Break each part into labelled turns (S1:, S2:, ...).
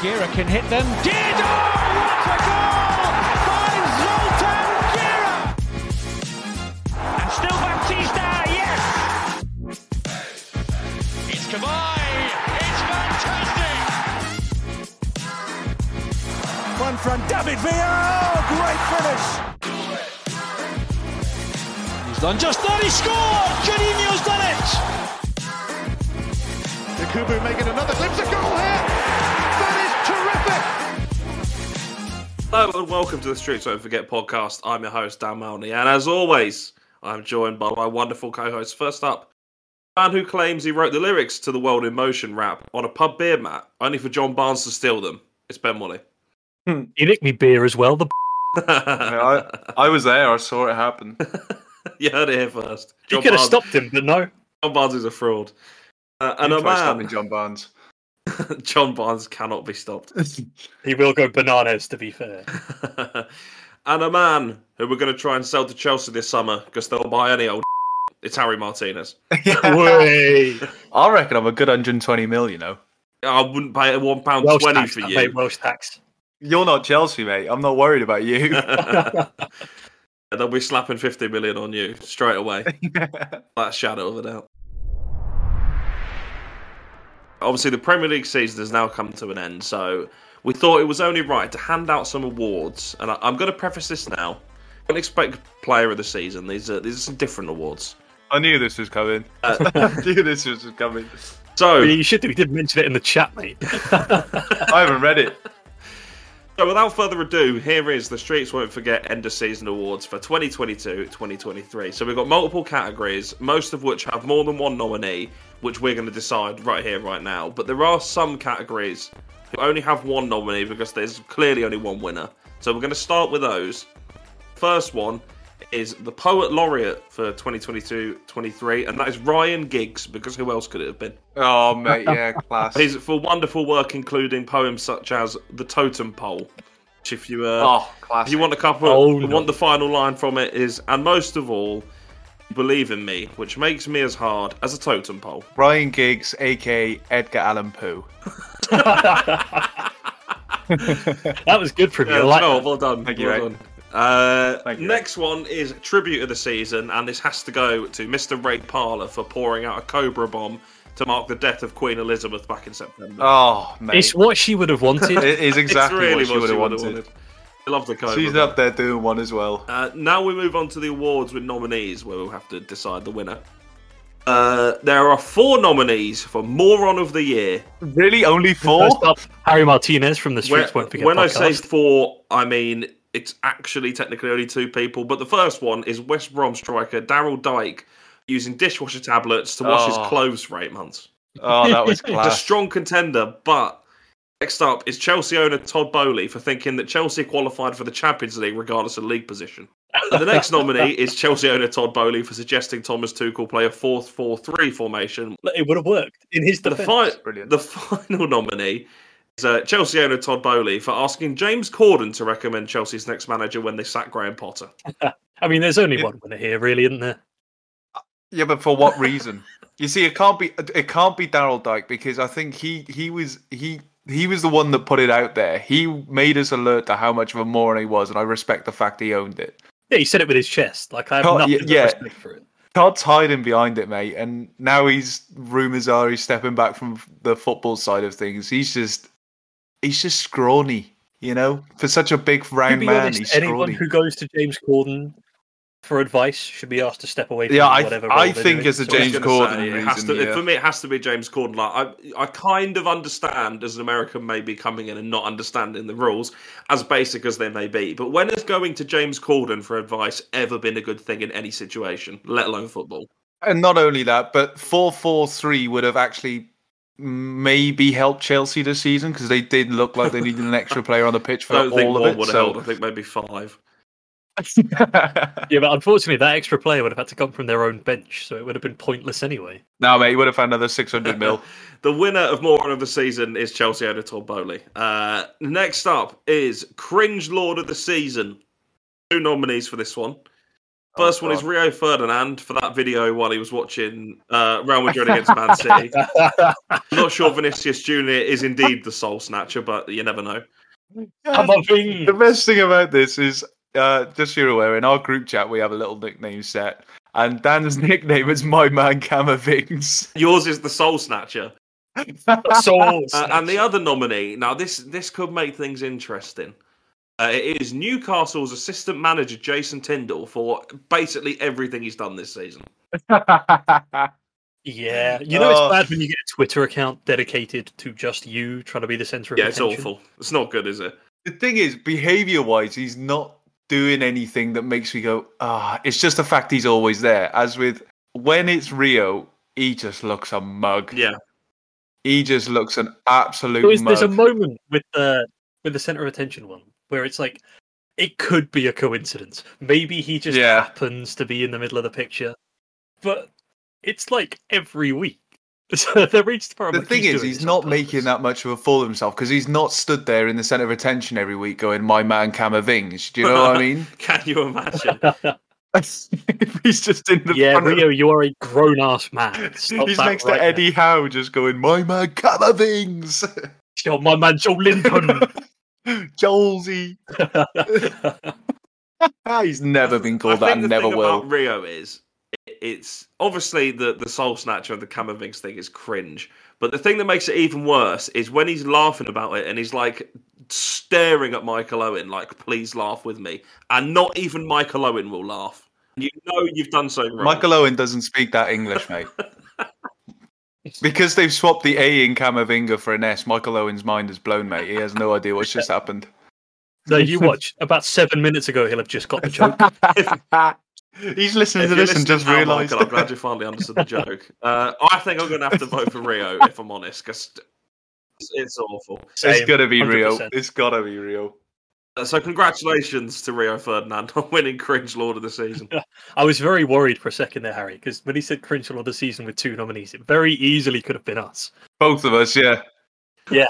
S1: Gira can hit them. Did oh, what a goal by Zoltan Gira! And still Baptista, yes. It's Kavai. It's fantastic.
S2: One from David Villa. Oh, great finish.
S1: He's done just that. He scored. Jorginho's done it.
S3: Kubu making another glimpse of goal here. That is terrific.
S4: Hello and welcome to the Streets Don't Forget podcast. I'm your host, Dan Malney, and as always, I'm joined by my wonderful co host. First up, a man who claims he wrote the lyrics to the World in Motion rap on a pub beer mat, only for John Barnes to steal them. It's Ben Wally.
S5: He nicked me beer as well. The
S4: you
S6: I was there. I saw it happen.
S4: heard it here first.
S5: you
S4: John,
S5: could have
S4: Barnes,
S5: stopped him, but no.
S4: John Barnes is a fraud. Uh, and
S6: You
S4: a
S6: try stopping
S4: man,
S6: John Barnes.
S4: John Barnes cannot be stopped.
S5: He will go bananas. To be fair,
S4: and a man who we're going to try and sell to Chelsea this summer because they'll buy any old. It's Harry Martinez.
S5: Way.
S6: I reckon I'm a good 120 mil. You know,
S4: I wouldn't pay one pound
S5: Welsh
S4: twenty
S5: tax.
S4: for
S5: I
S4: you.
S5: paid Welsh tax.
S6: you're not Chelsea, mate. I'm not worried about you.
S4: And They'll be slapping 50 million on you straight away. That's shadow of a doubt. Obviously, the Premier League season has now come to an end, so we thought it was only right to hand out some awards. And I, I'm going to preface this now. Don't expect Player of the Season. These are these are some different awards.
S6: I knew this was coming. I knew this was coming.
S4: So
S5: you should. do. We did mention it in the chat, mate.
S6: I haven't read it.
S4: So, without further ado, here is the Streets Won't Forget End of Season Awards for 2022 2023. So, we've got multiple categories, most of which have more than one nominee, which we're going to decide right here, right now. But there are some categories who only have one nominee because there's clearly only one winner. So, we're going to start with those. First one is the Poet Laureate for 2022 23, and that is Ryan Giggs, because who else could it have been?
S6: Oh, mate, yeah, class.
S4: He's for wonderful work, including poems such as The Totem Pole. Which if you uh,
S6: oh, class.
S4: if you want a couple,
S5: Oh,
S4: you
S5: no.
S4: want the final line from it is, and most of all, believe in me, which makes me as hard as a totem pole.
S6: Ryan Giggs, aka Edgar Allan Poe.
S5: That was good from you. I
S4: Yeah,
S5: like
S4: well,
S5: that.
S4: well done.
S6: Thank you,
S4: well
S6: mate.
S4: done. Uh,
S6: Thank you.
S4: next one is tribute of the season, and this has to go to Mr. Ray Parler for pouring out a cobra bomb to mark the death of Queen Elizabeth back in September.
S6: Oh, mate,
S5: It's what she would have wanted.
S6: it is exactly
S4: it's really
S6: what she would have wanted.
S4: I love the cobra.
S6: She's
S4: bomb.
S6: up there doing one as well.
S4: Uh, now we move on to the awards with nominees, where we'll have to decide the winner. Uh, there are four nominees for Moron of the Year.
S6: Really, only four?
S5: First up, Harry Martinez from the
S4: When,
S5: Streets Won't Forget
S4: when I
S5: podcast.
S4: say four, I mean it's actually technically only two people. But the first one is West Brom striker Daryl Dyke using dishwasher tablets to wash
S6: Oh.
S4: his clothes for eight months.
S6: Oh, that was
S4: He's a
S6: class.
S4: strong contender, but next up is Chelsea owner Todd Bowley for thinking that Chelsea qualified for the Champions League regardless of league position. And the next nominee is Chelsea owner Todd Bowley for suggesting Thomas Tuchel play a 4 4 3 formation.
S5: it would have worked in his
S4: The,
S5: defense.
S4: fi-
S6: Brilliant.
S4: the final nominee is uh, Chelsea owner Todd Bowley for asking James Corden to recommend Chelsea's next manager when they sack Graham Potter.
S5: I mean, there's only one winner here, really, isn't there?
S6: Yeah, but for what reason? you see, it can't be it can't be Daryl Dyke because I think he he was he he was the one that put it out there. He made us alert to how much of a moron he was, and I respect the fact he owned it.
S5: Yeah, he said it with his chest. Like I have
S6: Oh,
S5: nothing
S6: yeah,
S5: but
S6: yeah.
S5: respect for it.
S6: Todd's hiding behind it, mate, and now he's rumors are he's stepping back from the football side of things. He's just he's just scrawny, you know. For such a big
S5: To
S6: round
S5: be
S6: man,
S5: honest,
S6: he's
S5: anyone
S6: scrawny.
S5: who goes to James Corden for advice should be asked to step away. From
S6: Yeah, I-
S5: whatever
S6: I
S5: role they're
S6: think
S5: doing.
S6: as a
S5: I was
S6: James
S5: gonna-
S4: gonna
S6: Corden
S4: it has
S6: reason,
S4: to-
S6: yeah.
S4: For me, it has to be James Corden. Like I, I kind of understand as an American maybe coming in and not understanding the rules, as basic as they may be. But when has going to James Corden for advice ever been a good thing in any situation, let alone football?
S6: And not only that, but four four three would have actually maybe helped Chelsea this season because they did look like they needed an extra player on the pitch
S4: I
S6: for
S4: don't think
S6: all
S4: one
S6: of it.
S4: would have helped. I
S6: So.
S4: think maybe five.
S5: Yeah, but unfortunately, that extra player would have had to come from their own bench, so it would have been pointless anyway.
S6: no, mate, you would have found another 600 mil.
S4: The winner of Moron of the Season is Chelsea owner Todd Bowley. Uh, next up is Cringe Lord of the Season. Two nominees for this one. First one is Rio Ferdinand for that video while he was watching uh, Real Madrid against Man City. Not sure Vinicius Junior is indeed the soul snatcher, but you never know.
S5: I'm a thing.
S6: The best thing about this is, uh, just so you're aware, in our group chat we have a little nickname set, and Dan's nickname is my man Camavings.
S4: Yours is the soul snatcher.
S5: Souls.
S4: Uh, and the other nominee. Now this this could make things interesting. Uh, it is Newcastle's assistant manager Jason Tyndall for basically everything he's done this season.
S5: yeah, you know it's
S6: Oh.
S5: bad when you get a Twitter account dedicated to just you trying to be the center of
S4: Yeah, it's
S5: attention.
S4: awful. It's not good, is it?
S6: The thing is, behavior wise, he's not doing anything that makes me go, ah, it's just the fact he's always there. As with when it's Rio, he just looks a mug.
S4: Yeah.
S6: He just looks an
S5: There
S6: absolute
S5: is,
S6: mug.
S5: there's a moment with the with the center of attention one where it's like it could be a coincidence. Maybe he just
S6: Yeah.
S5: happens to be in the middle of the picture, but it's like every week. So they're reached for.
S6: the thing is, he's not making that much of a fool of himself because he's not stood there in the centre of attention every week going, my man Camavinga. Do you know what I mean?
S4: Can you imagine?
S6: he's just in the
S5: Yeah,
S6: front of
S5: Rio, you are a grown ass man. Stop
S6: He's
S5: that
S6: next
S5: right
S6: to
S5: now.
S6: Eddie Howe just going, my man Camavinga's.
S5: You're my man, Joe Linton.
S6: Joelzy. Ah, he's never been called
S4: I
S6: that
S4: think
S6: and
S4: the
S6: never
S4: thing
S6: will.
S4: About Rio is it- it's obviously the the soul snatcher and the Camavings thing is cringe. But the thing that makes it even worse is when he's laughing about it and he's like staring at Michael Owen, like "Please laugh with me," and not even Michael Owen will laugh. You know you've done something wrong.
S6: Michael Owen doesn't speak that English, mate. because they've swapped the A in Camavinga for an S, Michael Owen's mind is blown, mate. He has no idea what's just happened.
S5: so you watch. About seven minutes ago, he'll have just got the joke.
S6: He's listening
S4: If
S6: to
S4: you're
S6: this and
S4: listening
S6: just
S4: now,
S6: realised.
S4: Michael, I'm glad you finally understood the joke. Uh, I think I'm going to have to vote for Rio if I'm honest, because it's awful.
S6: It's gotta be real.
S5: 100%.
S6: It's gotta be real.
S4: Uh, So congratulations to Rio Ferdinand on winning Cringe Lord of the Season.
S5: I was very worried for a second there, Harry, because when he said cringe of the season with two nominees, it very easily could have been us.
S6: Both of us, yeah.
S4: Hey,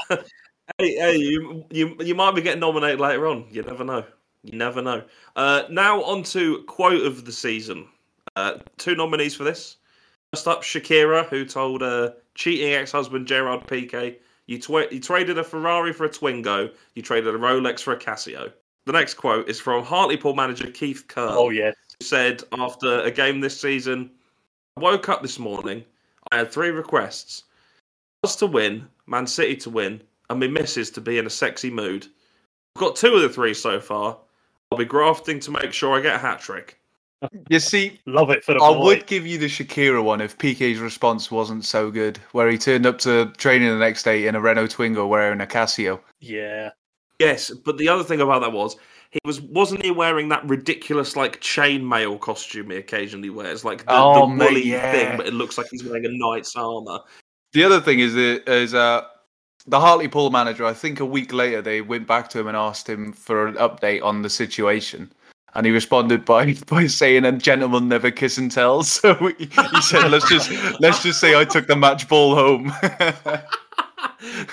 S4: hey, you, you you might be getting nominated later on. You never know. You never know. Uh, now on to quote of the season. Uh, two nominees for this. First up, Shakira, who told uh, cheating ex-husband Gerard Piqué, "You twa you traded a Ferrari for a Twingo. You traded a Rolex for a Casio." The next quote is from Hartlepool manager Keith Kerr
S5: Oh, yeah.
S4: said after a game this season, I woke up this morning, I had three requests. Us to win, Man City to win, and me missus to be in a sexy mood. I've got two of the three so far. I'll be grafting to make sure I get a hat trick.
S6: You see,
S5: Love it for the
S6: I
S5: boy.
S6: would give you the Shakira one if PK's response wasn't so good, where he turned up to training the next day in a Renault Twingo wearing a Casio.
S5: Yeah.
S4: Yes, but the other thing about that was he was wasn't he wearing that ridiculous like chainmail costume he occasionally wears, like the,
S6: Oh,
S4: the
S6: mate,
S4: woolly
S6: yeah.
S4: thing, but it looks like he's wearing a knight's armor.
S6: The other thing is the is uh the Hartlepool manager. I think a week later they went back to him and asked him for an update on the situation, and he responded by by saying, "A gentleman never kiss and tell." So he, he said, "Let's just let's just say I took the match ball home."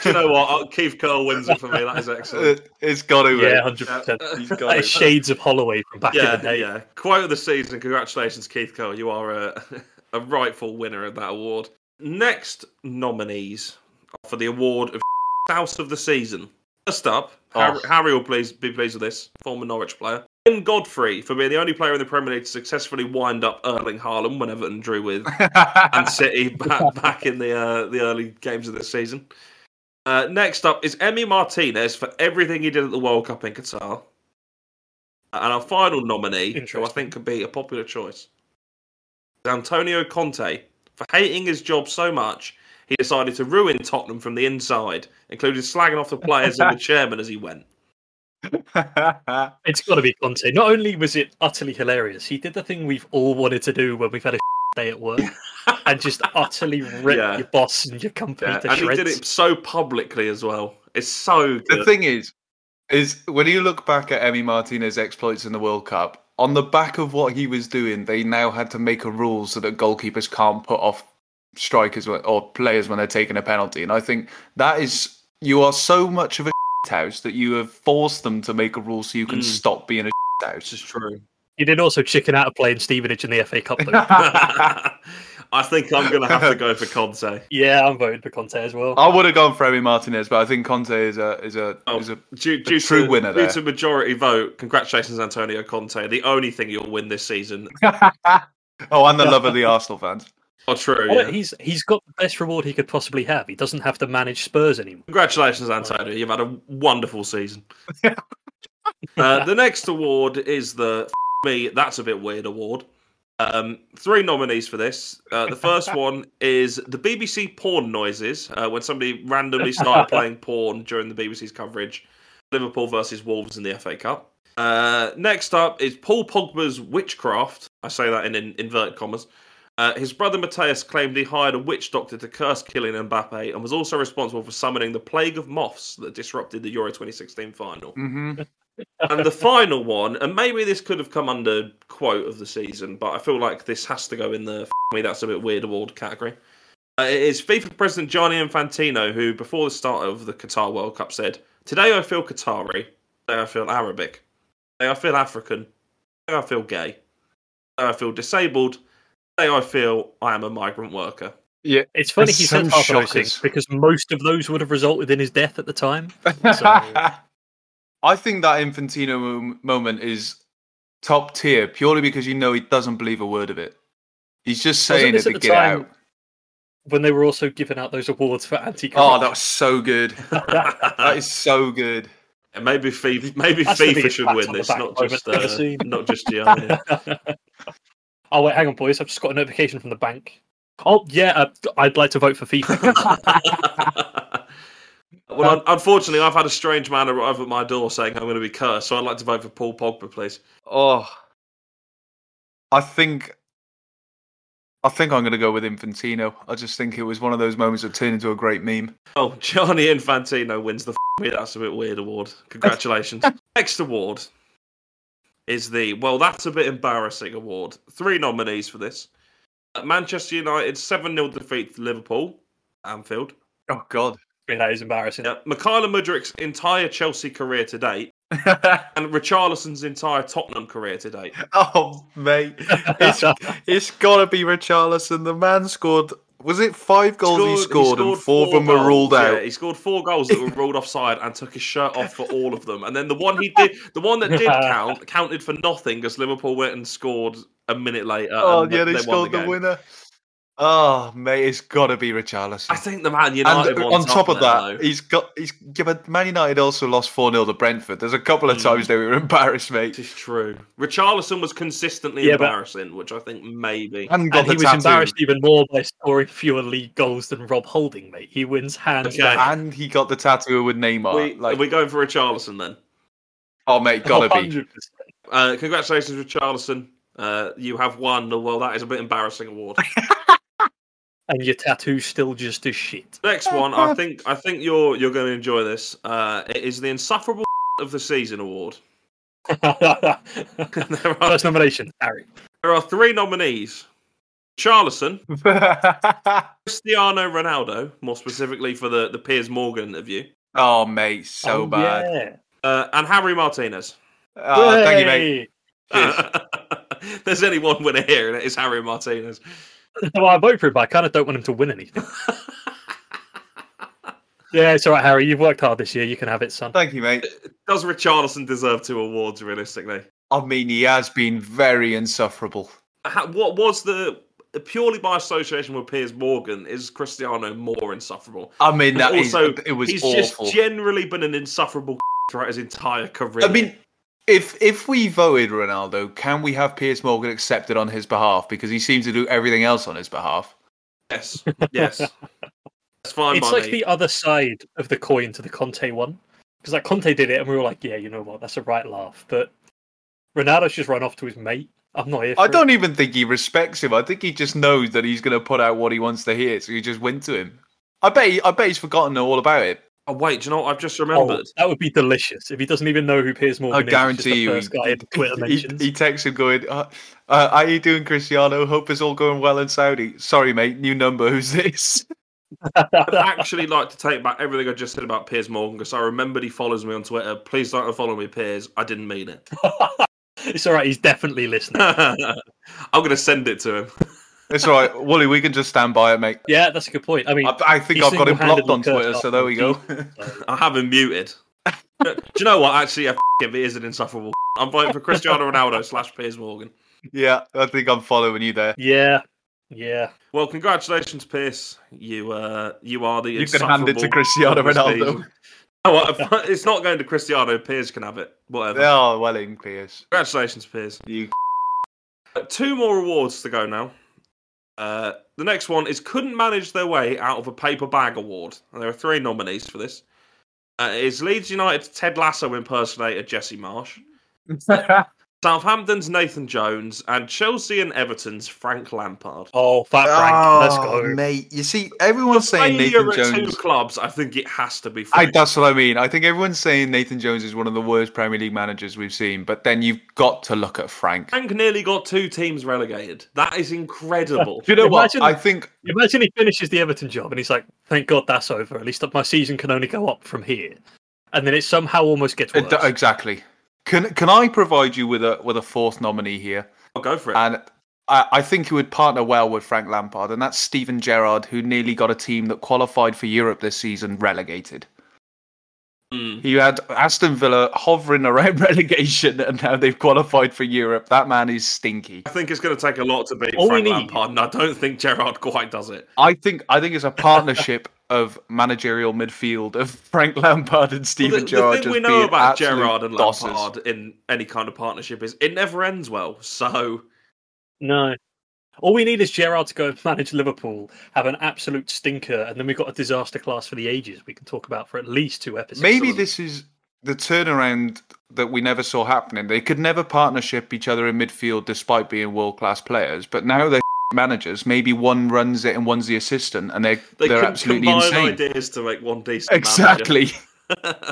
S4: Do you know what? Oh, Keith Curl wins it for me. That is excellent.
S6: it's got to
S5: Yeah,
S6: be.
S4: Uh,
S5: 100%.
S6: He's got
S5: That is
S6: it.
S5: shades of Holloway from back
S4: yeah,
S5: in the day.
S4: yeah. Quote of the season. Congratulations, Keith Cole. You are a, a rightful winner of that award. Next nominees are for the award of House of the Season. First up, Har-
S6: Oh.
S4: Harry will please be pleased with this. Former Norwich player. Ben Godfrey for being the only player in the Premier League to successfully wind up Erling Haaland when Everton drew with Man City back, back in the uh, the early games of this season. Uh, next up is Emi Martinez for everything he did at the World Cup in Qatar. And our final nominee, who I
S5: Interesting.
S4: think could be a popular choice, is Antonio Conte for hating his job so much he decided to ruin Tottenham from the inside, including slagging off the players and the chairman as he went.
S5: It's got to be Conte. Not only was it utterly hilarious, he did the thing we've all wanted to do when we've had a day at work and just utterly rip
S4: Yeah.
S5: your boss and your company to
S4: and he
S5: shreds.
S4: did it so publicly as well. It's so good.
S6: The thing is, is when you look back at Emi Martinez's exploits in the World Cup, on the back of what he was doing, they now had to make a rule so that goalkeepers can't put off strikers when- or players when they're taking a penalty. And I think that is you are so much of a house that you have forced them to make a rule so you can
S4: Mm.
S6: stop being a house.
S4: This is true.
S5: You did also chicken out of playing Stevenage in the FA Cup. Though.
S4: I think I'm going to have to go for Conte.
S5: yeah, I'm voting for Conte as well.
S6: I would have gone for Emi Martinez, but I think Conte is a is a
S4: Oh,
S6: is a
S4: due,
S6: a true
S4: to,
S6: winner
S4: Due
S6: there.
S4: to majority vote, congratulations, Antonio Conte. The only thing you'll win this season.
S6: oh, and the love of the Arsenal fans.
S4: Oh, true.
S5: Well,
S4: yeah.
S5: He's he's got the best reward he could possibly have. He doesn't have to manage Spurs anymore.
S4: Congratulations, Antonio. You've had a wonderful season. uh, the next award is the F- me. That's a bit weird award. Um, three nominees for this. Uh, the first one is the BBC porn noises uh, when somebody randomly started playing porn during the BBC's coverage. Liverpool versus Wolves in the FA Cup. Uh, next up is Paul Pogba's witchcraft. I say that in, in inverted commas. Uh, his brother Matthias claimed he hired a witch doctor to curse killing Mbappe and was also responsible for summoning the plague of moths that disrupted the Euro 2016 final.
S6: hmm
S4: and the final one, and maybe this could have come under quote of the season, but I feel like this has to go in the F- me that's a bit weird award category. Uh, it is FIFA president Gianni Infantino who, before the start of the Qatar World Cup, said, "Today I feel Qatari. Today I feel Arabic. Today I feel African. Today I feel gay. Today I feel disabled. Today I feel I am a migrant worker."
S6: Yeah.
S5: It's funny
S6: There's
S5: he said
S6: some
S5: half of those
S6: shockers.
S5: things because most of those would have resulted in his death at the time. So-
S6: I think that Infantino mo- moment is top tier purely because you know he doesn't believe a word of it. He's just
S5: Wasn't
S6: saying it
S5: this
S6: to
S5: at the
S6: get
S5: time
S6: out.
S5: When they were also giving out those awards for anti
S6: Oh, that was so good. that is so good.
S4: And maybe FIFA, maybe
S5: That's the
S4: FIFA
S5: biggest
S4: should
S5: pat
S4: win
S5: on the
S4: this,
S5: back
S4: not
S5: moment
S4: just
S5: I've ever
S4: uh,
S5: seen.
S4: not just Gianni.
S5: oh wait, hang on, boys. I've just got a notification from the bank. Oh yeah, uh, I'd like to vote for FIFA.
S4: well, un- unfortunately, I've had a strange man arrive at my door saying I'm going to be cursed, so I'd like to vote for Paul Pogba, please.
S6: Oh, I think, I think I'm going to go with Infantino. I just think it was one of those moments that turned into a great meme.
S4: Oh, Gianni Infantino wins the F- me, that's a bit weird award. Congratulations. Next award is the well, that's a bit embarrassing award. Three nominees for this: Uh, Manchester United seven 0 defeat to Liverpool, Anfield.
S6: Oh God.
S5: I mean, that is embarrassing.
S4: Yeah, Mikhailo Mudrik's entire Chelsea career to date, and Richarlison's entire Tottenham career to date.
S6: oh mate, it's it's got to be Richarlison. The man scored. Was it five goals he scored, and four, of them were
S4: goals,
S6: ruled
S4: yeah.
S6: out?
S4: he scored four goals that were ruled offside and took his shirt off for all of them. And then the one he did, the one that did count, counted for nothing because Liverpool went and scored a minute later.
S6: oh
S4: and
S6: yeah, they,
S4: won
S6: scored the,
S4: game.
S6: winner. Oh mate, it's got to be
S4: I
S6: Richarlison.
S4: think the Man United
S6: And
S4: and,
S6: on top of that,
S4: though.
S6: he's got he's. Yeah, but Man United also lost four 0 to Brentford. There's a couple of times
S4: Hmm.
S6: they were embarrassed, mate.
S4: It is true. Richarlison was consistently
S5: Yeah, but-
S4: embarrassing, which I think maybe.
S6: And, got
S5: And
S6: the
S5: he was
S6: tattoo.
S5: embarrassed even more by scoring fewer league goals than Rob Holding, mate. He wins hands
S4: Okay.
S5: down.
S6: and he got the tattoo with Neymar.
S4: We,
S6: like,
S4: are we going for Richarlison then?
S6: oh mate, gotta be.
S5: 100%.
S4: Uh, congratulations, Richarlison. Uh, you have won. the Well, that is a bit embarrassing award.
S5: And your tattoo's still just as shit.
S4: Next one, I think I think you're you're going to enjoy this. Uh, it is the insufferable of the season award.
S5: First
S4: there, are,
S5: nomination, Harry.
S4: there are three nominees: Charlison, Cristiano Ronaldo, more specifically for the the Piers Morgan interview,
S6: oh mate, so
S5: Oh,
S6: bad.
S5: yeah.
S4: uh, and Harry Martinez.
S6: Oh, thank you, mate.
S5: Yay.
S4: There's only one winner here, and it is Harry Martinez.
S5: Well, I vote for him, but I kind of don't want him to win anything. yeah, it's all right, Harry. You've worked hard this year. You can have it, son.
S6: Thank you, mate.
S4: Does Richarlison deserve two awards realistically?
S6: I mean, he has been very insufferable.
S4: Ha- What was the purely by association with Piers Morgan? Is Cristiano more insufferable?
S6: I mean, that is
S4: also,
S6: it was
S4: he's
S6: awful.
S4: just generally been an insufferable throughout his entire career.
S6: I mean, if if we voted Ronaldo, can we have Piers Morgan accepted on his behalf because he seems to do everything else on his behalf?
S4: yes, yes. That's fine
S5: it's
S4: by
S5: like
S4: me.
S5: the other side of the coin to the Conte one. Because like Conte did it, and we were like, yeah, you know what? That's a right laugh. But Ronaldo's just run off to his mate. I'm not here. For
S6: I
S5: it.
S6: don't even think he respects him. I think he just knows that he's going to put out what he wants to hear, so he just went to him. I bet he, I bet he's forgotten all about it.
S4: Oh wait, do you know what I've just
S5: Oh,
S4: remembered?
S5: that would be delicious if he doesn't even know who Piers Morgan
S6: I
S5: is. he's just
S6: guarantee you,
S5: the first guy in Twitter
S6: he,
S5: mentions.
S6: he texts him going, uh, uh, "How you doing, Cristiano? Hope it's all going well in Saudi." Sorry, mate, new number. Who's this? Oh.
S4: I'd actually like to take back everything I just said about Piers Morgan because I remembered he follows me on Twitter. Please don't follow me, Piers. I didn't mean it.
S5: It's all right. He's definitely listening.
S4: I'm gonna send it to him.
S6: It's all right, Wooly. We can just stand by it, mate.
S5: Yeah, that's a good point. I mean,
S6: I, I think
S5: he
S6: I've got him blocked on
S5: single-handedly cursed
S6: Twitter, so
S5: up
S6: there we go.
S4: I have him muted. Do you know what? Actually, I f- him. He is an insufferable. I'm voting for Cristiano Ronaldo slash Piers Morgan.
S6: yeah, I think I'm following you there.
S5: Yeah, yeah.
S4: Well, congratulations, Pierce. You uh, you are the
S6: You can hand it to Cristiano Ronaldo.
S4: Oh, well, it's not going to Cristiano. Piers can have it. Whatever.
S6: They are well in, Piers.
S4: Congratulations, Piers.
S6: You
S4: Uh, Two more awards to go now. Uh, the next one is couldn't manage their way out of a paper bag award. And there are three nominees for this. Uh, is Leeds United's Ted Lasso impersonator Jesse Marsh, Southampton's Nathan Jones, and Chelsea and Everton's Frank Lampard.
S5: Oh, fat Frank. Let's go.
S6: mate. You see, everyone's saying
S4: Failure
S6: Nathan
S4: at
S6: Jones.
S4: two clubs. I think it has to be.
S6: I,
S4: Frank.
S6: that's what I mean. I think everyone's saying Nathan Jones is one of the worst Premier League managers we've seen, but then you've got to look at Frank.
S4: Frank nearly got two teams relegated. That is incredible.
S6: Do you know
S5: Imagine-
S6: what? I think
S5: Imagine he finishes the Everton job and he's like, "Thank God that's over. At least my season can only go up from here." And then it somehow almost gets worse.
S6: It- uh, exactly. Can can I provide you with a with a fourth nominee here?
S4: I'll go for it.
S6: And I, I think he would partner well with Frank Lampard, and that's Steven Gerrard, who nearly got a team that qualified for Europe this season relegated.
S4: Mm.
S6: He had Aston Villa hovering around relegation, and now they've qualified for Europe. That man is stinky.
S4: I think it's going to take a lot to beat
S5: All we
S4: Frank
S5: need-
S4: Lampard, and I don't think Gerard quite does it.
S6: I think I think it's a partnership of managerial midfield of Frank Lampard and Steven
S4: the,
S6: Gerrard.
S4: the thing we
S6: just
S4: know
S6: being
S4: about
S6: absolute
S4: Gerard and
S6: dosses.
S4: Lampard in any kind of partnership is it never ends well. So
S5: No. All we need is Gerard to go and manage Liverpool, have an absolute stinker, and then we've got a disaster class for the ages we can talk about for at least two episodes.
S6: Maybe this is the turnaround that we never saw happening. They could never partnership each other in midfield despite being world class players, but now they're managers. Maybe one runs it and one's the assistant, and they're
S4: they
S6: they are
S4: can
S6: absolutely
S4: combine
S6: insane.
S4: ideas to make one decent.
S6: Exactly.
S4: manager.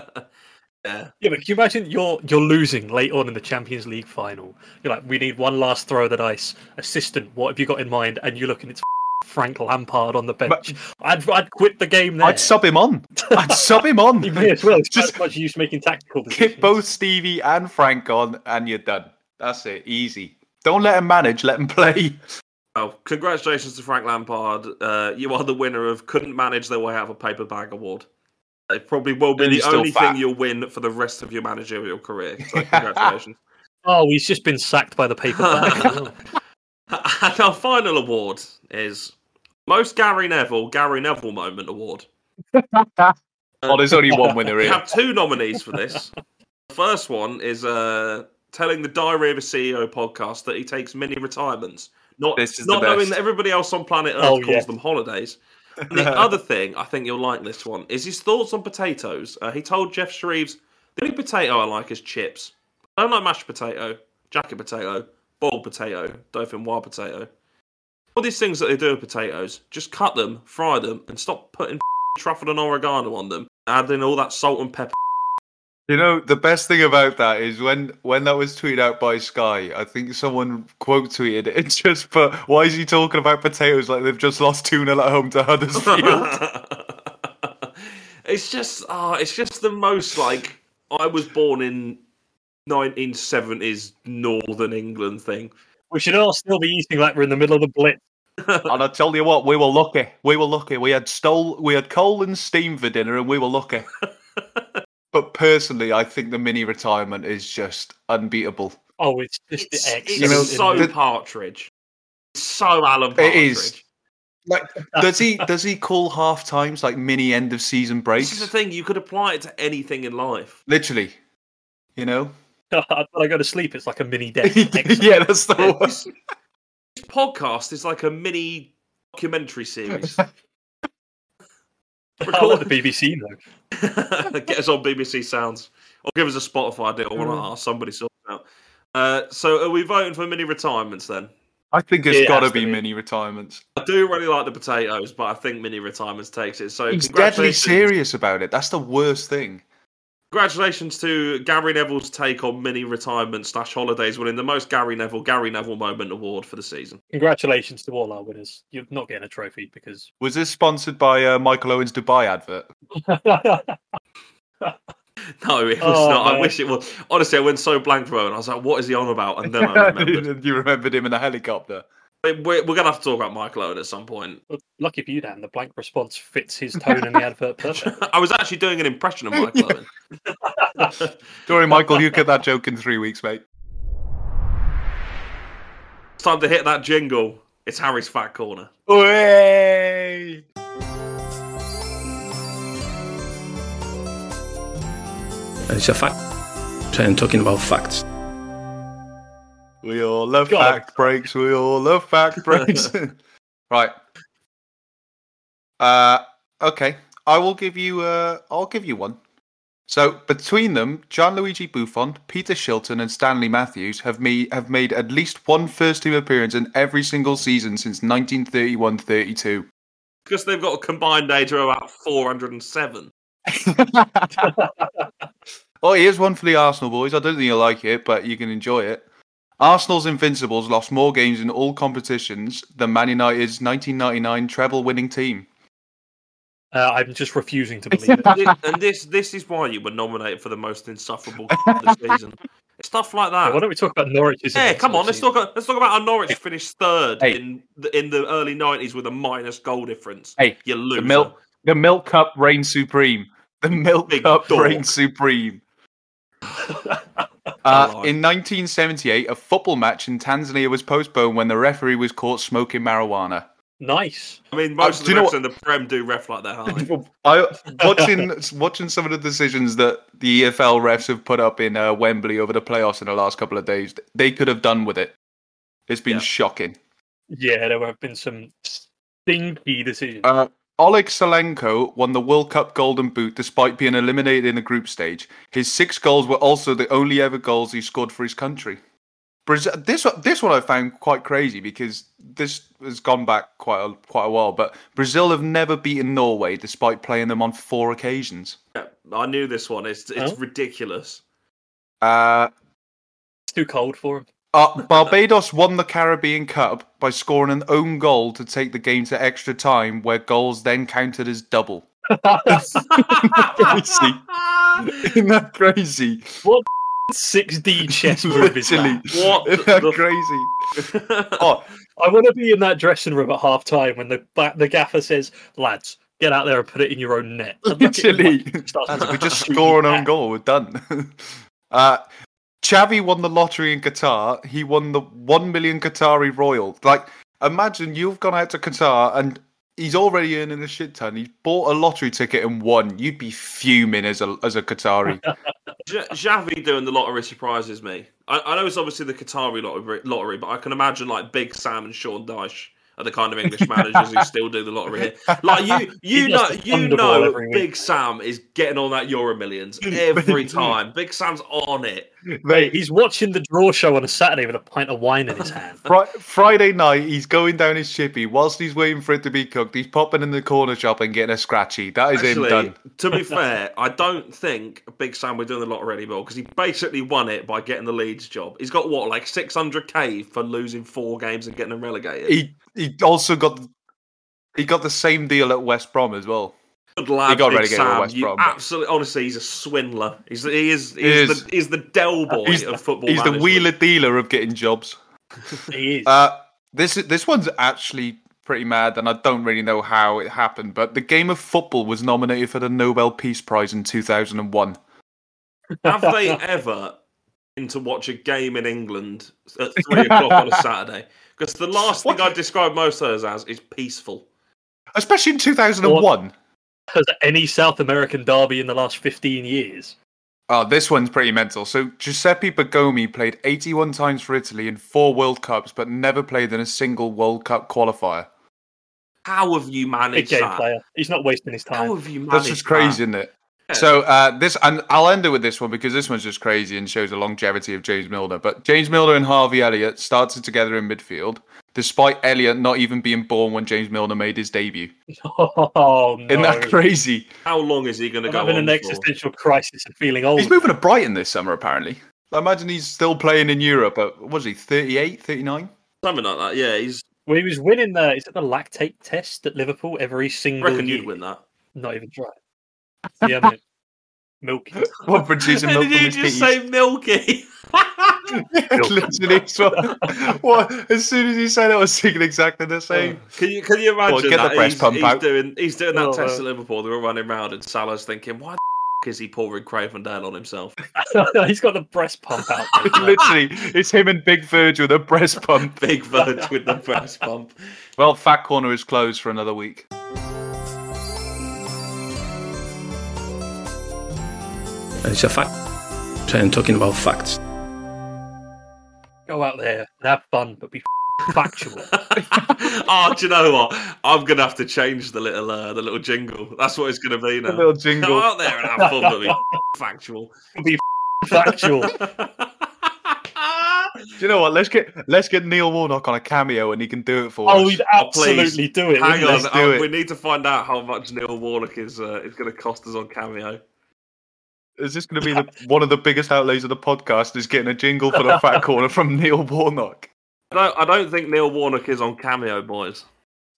S4: yeah,
S5: Yeah, but can you imagine you're you're losing late on in the Champions League final? You're like, we need one last throw of the dice. Assistant, what have you got in mind? And you look and it's Frank Lampard on the bench. I'd I'd quit the game there.
S6: I'd sub him on. I'd sub him on.
S5: you may as well. It's
S6: Just
S5: just much use making tactical decisions.
S6: Get both Stevie and Frank on, and you're done. That's it. Easy. Don't let him manage. Let him play.
S4: Well, congratulations to Frank Lampard. Uh, you are the winner of couldn't manage their way out of a paper bag award. It probably will be
S6: And he's
S4: the
S6: still
S4: only
S6: fat.
S4: thing you'll win for the rest of your managerial career. So congratulations.
S5: Oh, he's just been sacked by the paper bag. as well.
S4: and our final award is most Gary Neville Gary Neville moment award.
S6: Oh, there's only one winner
S4: We
S6: here.
S4: have two nominees for this. the first one is uh, telling the Diary of a CEO podcast that he takes mini retirements, not
S6: This is
S4: not
S6: the
S4: knowing
S6: best.
S4: that everybody else on planet Earth
S5: Oh,
S4: calls
S5: yeah.
S4: them holidays. And the other thing, I think you'll like this one, is his thoughts on potatoes. Uh, he told Jeff Shreves, "The only potato I like is chips. I don't like mashed potato, jacket potato, boiled potato, dolphin wild potato. All these things that they do with potatoes, just cut them, fry them, and stop putting truffle and oregano on them, adding all that salt and pepper."
S6: You know, the best thing about that is when when that was tweeted out by Sky, I think someone quote tweeted it and just put, "Why is he talking about potatoes like they've just lost two 0 at home to Huddersfield?"
S4: it's just ah, it's just the most like I was born in 1970s Northern England thing.
S5: we should all still be eating like we're in the middle of the blitz.
S6: and I tell you what, we were lucky. We were lucky. We had stole, we had coal and steam for dinner, and we were lucky. but personally, I think the mini retirement is just unbeatable.
S5: Oh, it's just
S4: It's, it's
S5: excellent.
S6: You know,
S4: so
S6: the-
S4: Partridge. It's so Alan
S6: It
S4: Partridge.
S6: is. Like, does he does he call half times like mini end of season
S4: This is the
S6: breaks?
S4: thing. You could apply it to anything in life.
S6: Literally, you know.
S5: when I go to sleep, it's like a mini death. Excellent.
S6: yeah, that's the
S4: Yeah,
S6: one.
S4: this, this podcast is like a mini documentary series.
S5: I'll let the BBC know.
S4: Get us on BBC Sounds or give us a Spotify deal. One of us, somebody sort it out. Uh, so, are we voting for mini retirements then?
S6: I think it's
S5: It
S6: got to
S5: has to
S6: be
S5: be.
S6: mini retirements.
S4: I do really like the potatoes, but I think mini retirements takes it. So,
S6: He's deadly
S4: congratulations,
S6: serious about it. That's the worst thing.
S4: congratulations to Gary Neville's take on mini retirement slash holidays, winning the most Gary Neville Gary Neville moment award for the season.
S5: Congratulations to all our winners. You're not getting a trophy because
S6: Was this sponsored by uh, Michael Owen's Dubai advert?
S4: No, it was
S5: Oh,
S4: not. I
S5: man.
S4: wish it was. Honestly, I went so blank for a moment. I was like, what is he on about? And then I remembered.
S6: you remembered him in the helicopter.
S4: We're, we're going to have to talk about Michael Owen at some point.
S5: Lucky for you, Dan, the blank response fits his tone in the advert perfect.
S4: I was actually doing an impression of Michael Owen.
S6: Don't worry, Michael, you get that joke in three weeks, mate.
S4: It's time to hit that jingle. It's Harry's Fat Corner.
S6: Way!
S7: It's a fact. So I'm talking about facts.
S6: We all love
S5: God.
S6: fact breaks. We all love fact breaks. right. Uh, okay. I will give you. Uh, I'll give you one. So between them, Gianluigi Buffon, Peter Shilton, and Stanley Matthews have me have made at least one first team appearance in every single season since 1931-32.
S4: Because they've got a combined age of about 407.
S6: Oh, here's one for the Arsenal boys. I don't think you'll like it, but you can enjoy it. Arsenal's Invincibles lost more games in all competitions than Man United's 1999 treble winning team.
S5: Uh, I'm just refusing to believe it.
S4: Thi- and this this is why you were nominated for the most insufferable of the season. It's stuff like
S5: Why
S4: that.
S5: don't we talk about Norwich's?
S4: Yeah,
S5: events
S4: come on.
S5: this
S4: Let's
S5: season?
S4: talk. Let's talk about how Norwich finished third
S6: Hey.
S4: in the, in the early nineties with a minus goal difference.
S6: Hey,
S4: you
S6: The
S4: lose.
S6: milk, the milk cup reigns supreme. The milk
S4: Big
S6: cup
S4: dog.
S6: reigns supreme.
S4: I
S6: Uh,
S4: like
S6: in 1978, a football match in Tanzania was postponed when the referee was caught smoking marijuana.
S5: Nice.
S4: I mean, most
S6: Uh,
S4: of
S6: do
S4: the
S6: you know
S4: refs in the Prem do ref like that. aren't they?
S6: I watching watching some of the decisions that the EFL refs have put up in uh, Wembley over the playoffs in the last couple of days. They could have done with it. It's been
S4: Yeah.
S6: shocking.
S5: Yeah, there have been some stinky decisions.
S6: Uh, Oleg Solenko won the World Cup Golden Boot despite being eliminated in the group stage. His six goals were also the only ever goals he scored for his country. Brazil, this one- this one I found quite crazy because this has gone back quite a, quite a while. But Brazil have never beaten Norway despite playing them on four occasions.
S4: Yeah, I knew this one. It's it's
S5: Huh?
S4: ridiculous.
S6: Uh,
S5: It's too cold for him.
S6: Uh, Barbados won the Caribbean Cup by scoring an own goal to take the game to extra time, where goals then counted as double. crazy. Isn't that crazy?
S5: 6D chess move is that?
S6: Literally.
S4: What
S6: Isn't that
S4: the-
S6: crazy? Oh,
S5: I want to be in that dressing room at half time when the ba- the gaffer says, "Lads, get out there and put it in your own net." And look at him,
S6: Literally.
S5: like, starts
S6: Lads, if we just score an own goal, we're done. uh, Chavi won the lottery in Qatar. He won the 1 million Qatari Royal. Like, imagine you've gone out to Qatar and he's already earning a shit ton. He's bought a lottery ticket and won. You'd be fuming as a, as a Qatari.
S4: J- Xavi doing the lottery surprises me. I, I know it's obviously the Qatari lottery, lottery, but I can imagine like Big Sam and Sean Dyche are the kind of English managers who still do the lottery. Here. Like you, you
S5: He
S4: know,
S5: does the
S4: you
S5: Thunderball
S4: know,
S5: every week.
S4: Big Sam is getting on that Euro Millions every time. Big Sam's on it.
S5: Mate, he's watching the draw show on a Saturday with a pint of wine in his hand.
S6: Fri- Friday night, he's going down his chippy. Whilst he's waiting for it to be cooked, he's popping in the corner shop and getting a scratchy. That is him
S4: Actually,
S6: done.
S4: to be fair, I don't think Big Sam we're doing the lottery anymore because he basically won it by getting the Leeds job. He's got what like six hundred k for losing four games and getting them relegated.
S6: He he also got he got the same deal at West Brom as well.
S4: Good lad,
S6: He got
S4: Big
S6: relegated with
S4: Sam.
S6: West
S4: you
S6: Brom.
S4: absolutely, honestly, he's a swindler. He's the, he is, he
S6: He
S4: is,
S6: is.
S4: The, he's the Dell boy
S6: He's-
S4: of football.
S6: He's the
S4: management.
S6: wheeler dealer of getting jobs.
S5: He is.
S6: Uh, this is- this one's actually pretty mad, and I don't really know how it happened. But the game of football was nominated for the Nobel Peace Prize in two thousand and one.
S4: Have they ever been to watch a game in England at three o'clock on a Saturday? Because the last thing I describe most of those as is peaceful.
S6: Especially in two thousand and one.
S5: Has any South American derby in the last 15 years?
S6: Oh, this one's pretty mental. So Giuseppe Bagomi played 81 times for Italy in four World Cups, but never played in a single World Cup qualifier.
S4: How have you
S5: Big
S4: managed
S5: game
S4: that?
S5: player. He's not wasting his
S4: How
S5: time.
S4: have you managed?
S6: That's just crazy,
S4: That?
S6: isn't it?
S4: Yeah.
S6: So uh, this, and I'll end it with this one because this one's just crazy and shows the longevity of James Milner. But James Milner and Harvey Elliott started together in midfield, despite Elliott not even being born when James Milner made his debut.
S5: Oh no!
S6: Isn't that crazy?
S4: How long is he going to
S5: I'm
S4: go
S5: having
S4: on
S5: an
S4: for?
S5: existential crisis and feeling old.
S6: He's moving to Brighton this summer, apparently. I imagine he's still playing in Europe. At, what was he, 38, 39?
S4: Something like that. Yeah, he's.
S5: Well, he was winning the is it the lactate test at Liverpool every
S4: I
S5: single
S4: reckon
S5: year.
S4: you'd win that.
S5: Not even try. Yeah, mate. Milky.
S6: What producing milk
S4: Did
S6: from
S4: you
S6: his E peas?
S4: just say Milky?
S6: Literally, so, what, as soon as he said it, I was thinking exactly the same.
S4: Can you can you imagine
S6: Well, get the
S4: that?
S6: breast
S4: he's,
S6: pump
S4: he's
S6: out.
S4: doing he's doing that
S5: Oh,
S4: test
S5: uh,
S4: at Liverpool. They were running round, and Salah's thinking, why the f- is he pouring Craven down on himself?
S5: He's got the breast pump out.
S4: Oh.
S6: Literally, it's him and Big Virgil, the breast pump.
S4: Big Verge with the breast pump.
S6: Well, Fat Corner is closed for another week.
S7: It's a fact. I'm talking about facts.
S5: Go out there and have fun, but be factual.
S4: oh, do you know what? I'm gonna have to change the little uh, the little jingle. That's what it's gonna be now.
S6: A little
S4: Go
S6: jingle.
S4: out there and have fun, but be factual.
S5: factual.
S6: Do you know what? Let's get let's get Neil Warnock on a cameo, and he can do it for
S5: Oh,
S6: us.
S5: we'd absolutely do it.
S4: Hang
S5: wouldn't
S4: on,
S5: they?
S6: do
S4: uh,
S6: it.
S4: we need to find out how much Neil Warnock is uh, is going to cost us on Cameo.
S6: Is this going to be the, one of the biggest outlays of the podcast? Is getting a jingle for the Fat Corner from Neil Warnock.
S4: I don't, I don't think Neil Warnock is on Cameo, boys.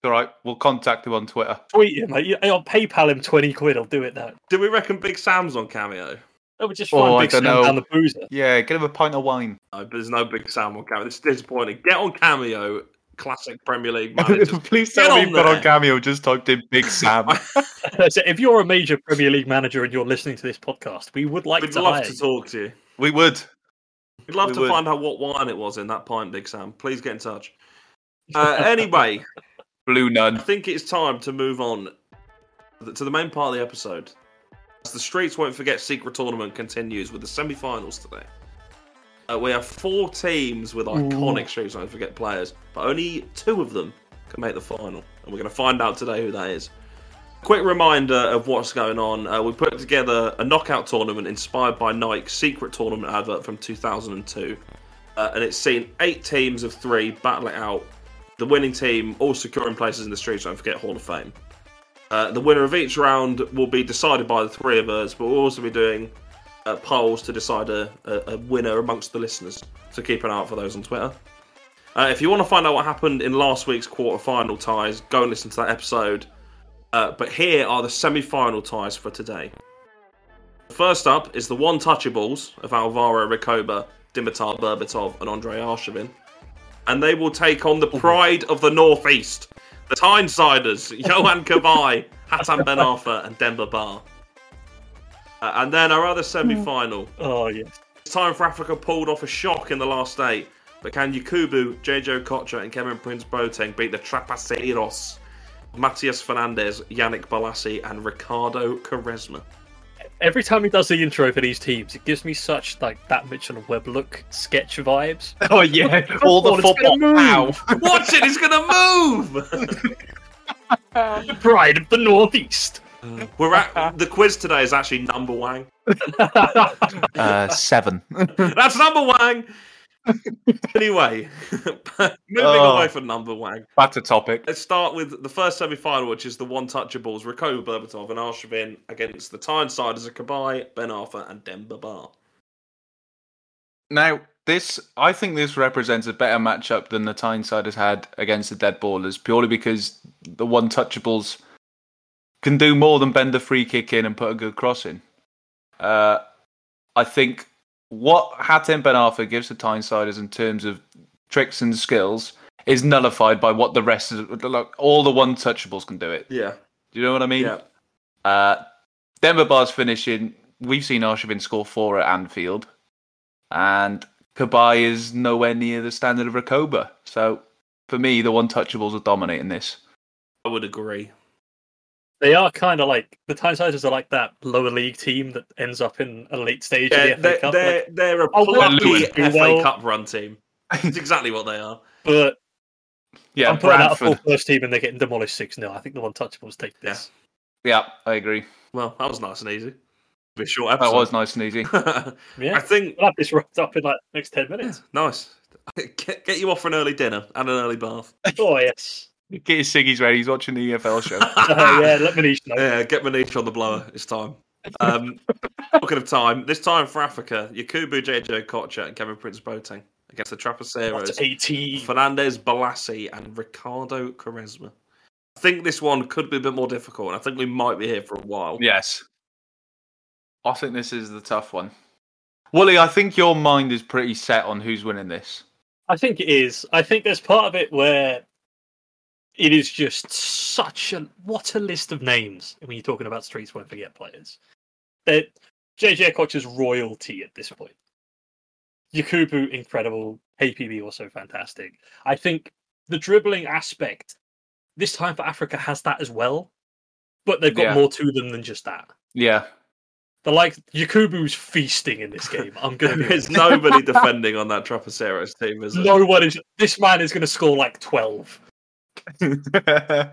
S6: All right, we'll contact him on Twitter.
S5: Tweet him, mate. You- I'll PayPal him 20 quid. I'll do it now.
S4: Do we reckon Big Sam's on Cameo?
S5: I would just
S6: Oh,
S5: find
S6: I
S5: Big
S6: don't
S5: Sam
S6: know.
S5: down the boozer.
S6: Yeah, get him a pint of wine.
S4: No, there's no Big Sam on Cameo. This is disappointing. Get on Cameo, classic Premier League manager.
S6: Please
S4: Get
S6: tell me
S4: on
S6: you've got
S4: there.
S6: on cameo. Just typed in Big Sam.
S5: So if you're a major Premier League manager and you're listening to this podcast, we would like
S4: We'd
S5: to
S4: love
S5: hire
S4: to
S5: you.
S4: talk to you.
S6: we would.
S4: We'd love
S6: We
S4: to
S6: would.
S4: find out what wine it was in that pint, Big Sam. Please get in touch. Uh, anyway,
S6: Blue
S4: I
S6: Nun.
S4: think it's time to move on to the main part of the episode. As the Streets Won't Forget Secret Tournament continues with the semi finals today. Uh, we have four teams with iconic Streets Won't Forget players, but only two of them can make the final. And we're going to find out today who that is. Quick reminder of what's going on. Uh, we put together a knockout tournament inspired by Nike's secret tournament advert from 2002. Uh, and it's seen eight teams of three battle it out the winning team all securing places in the Streets Don't Forget Hall of Fame. Uh, the winner of each round will be decided by the three of us, but we'll also be doing uh, polls to decide a, a, a winner amongst the listeners. So keep an eye out for those on Twitter. Uh, if you want to find out what happened in last week's quarterfinal ties, go and listen to that episode. Uh, but here are the semi-final ties for today. First up is the one touchables of Alvaro Recoba, Dimitar Berbatov, and Andrei Arshavin and they will take on the pride of the Northeast, the Tynesiders, Johan Kabay, Hatan Ben Arfa, and Denver Bar. Uh, and then our other semi final.
S5: Oh, yes.
S4: It's time for Africa pulled off a shock in the last eight, but can Yakubu, JJ Kocha, and Kevin Prince Boateng beat the Trapaceros? Matias Fernandez, Yannick Balassi, and Ricardo Quaresma.
S5: Every time he does the intro for these teams, it gives me such like that Mitchell and Webb look sketch vibes.
S6: Oh yeah, all the
S5: Football, it's gonna
S6: football. Ow.
S4: Watch it, it's gonna move!
S5: The pride of the northeast.
S4: We're at the quiz today is actually number wang.
S6: Uh, seven.
S4: That's number Wang. anyway, moving
S6: Oh.
S4: away from number Wang,
S6: Back to topic.
S4: let's start with the first semi final, which is the one touchables Rako Berbatov and Arshavin against the Tynesiders of Kabai, Ben Arthur, and Denver Bar.
S6: Now, this I think this represents a better matchup than the Tynesiders had against the Dead Ballers, purely because the one touchables can do more than bend a free kick in and put a good cross in. Uh, I think what Hatem Ben Arfa gives the Tynesiders in terms of tricks and skills is nullified by what the rest of like, all the one touchables can do it.
S4: Yeah,
S6: Do you know what I mean?
S4: yeah.
S6: Uh, Denver Bar's finishing. We've seen Arshavin score four at Anfield, and Kabay is nowhere near the standard of Rakoba. So for me, the one touchables are dominating this.
S4: I would agree.
S5: They are kind of like the Tynesiders are like that lower league team that ends up in a late stage
S4: Yeah,
S5: of the FA
S4: they're,
S5: Cup.
S4: they're,
S5: like,
S4: they're a
S5: Oh, well,
S4: plucky
S5: Lewin.
S4: FA
S5: Well-
S4: Cup run team. That's exactly what they are.
S5: but
S6: Yeah,
S5: I'm putting out a full
S6: Bradford.
S5: first team and they're getting demolished six 0 I think the one touchables take this.
S6: Yeah, I agree.
S4: Well, that was nice and easy. Be a short
S6: That was
S4: episode.
S6: nice and easy.
S5: Yeah.
S4: I think
S5: We'll have this wrapped up in like the next ten minutes.
S4: nice. Get, get you off for an early dinner and an early bath.
S5: oh yes.
S6: Get your ciggies ready. He's watching the EFL show.
S5: Oh yeah, let Manish know.
S4: Yeah, get Manish on the blower. It's time. Um, talking of time, this time for Africa, Yakubu JJ Kocha and Kevin Prince Boateng against the
S5: That's
S4: Trapaceros,
S5: 18.
S4: Fernandez Balassi and Ricardo Quaresma. I think this one could be a bit more difficult, and I think we might be here for a while.
S6: yes. I think this is the tough one. Wooly, I think your mind is pretty set on who's winning this.
S5: I think it is. I think there's part of it where it is just such a what a list of names when you're talking about Streets Won't Forget players. That JJ Koch is royalty at this point. Yakubu, incredible. APB, also fantastic. I think the dribbling aspect this time for Africa has that as well, but they've got
S6: Yeah.
S5: more to them than just that.
S6: Yeah.
S5: They're like Yakubu's feasting in this game. I'm going to be
S4: There's nobody defending on that Trapaceros team, is there?
S5: no one is. This man is going to score like twelve.
S6: the
S5: I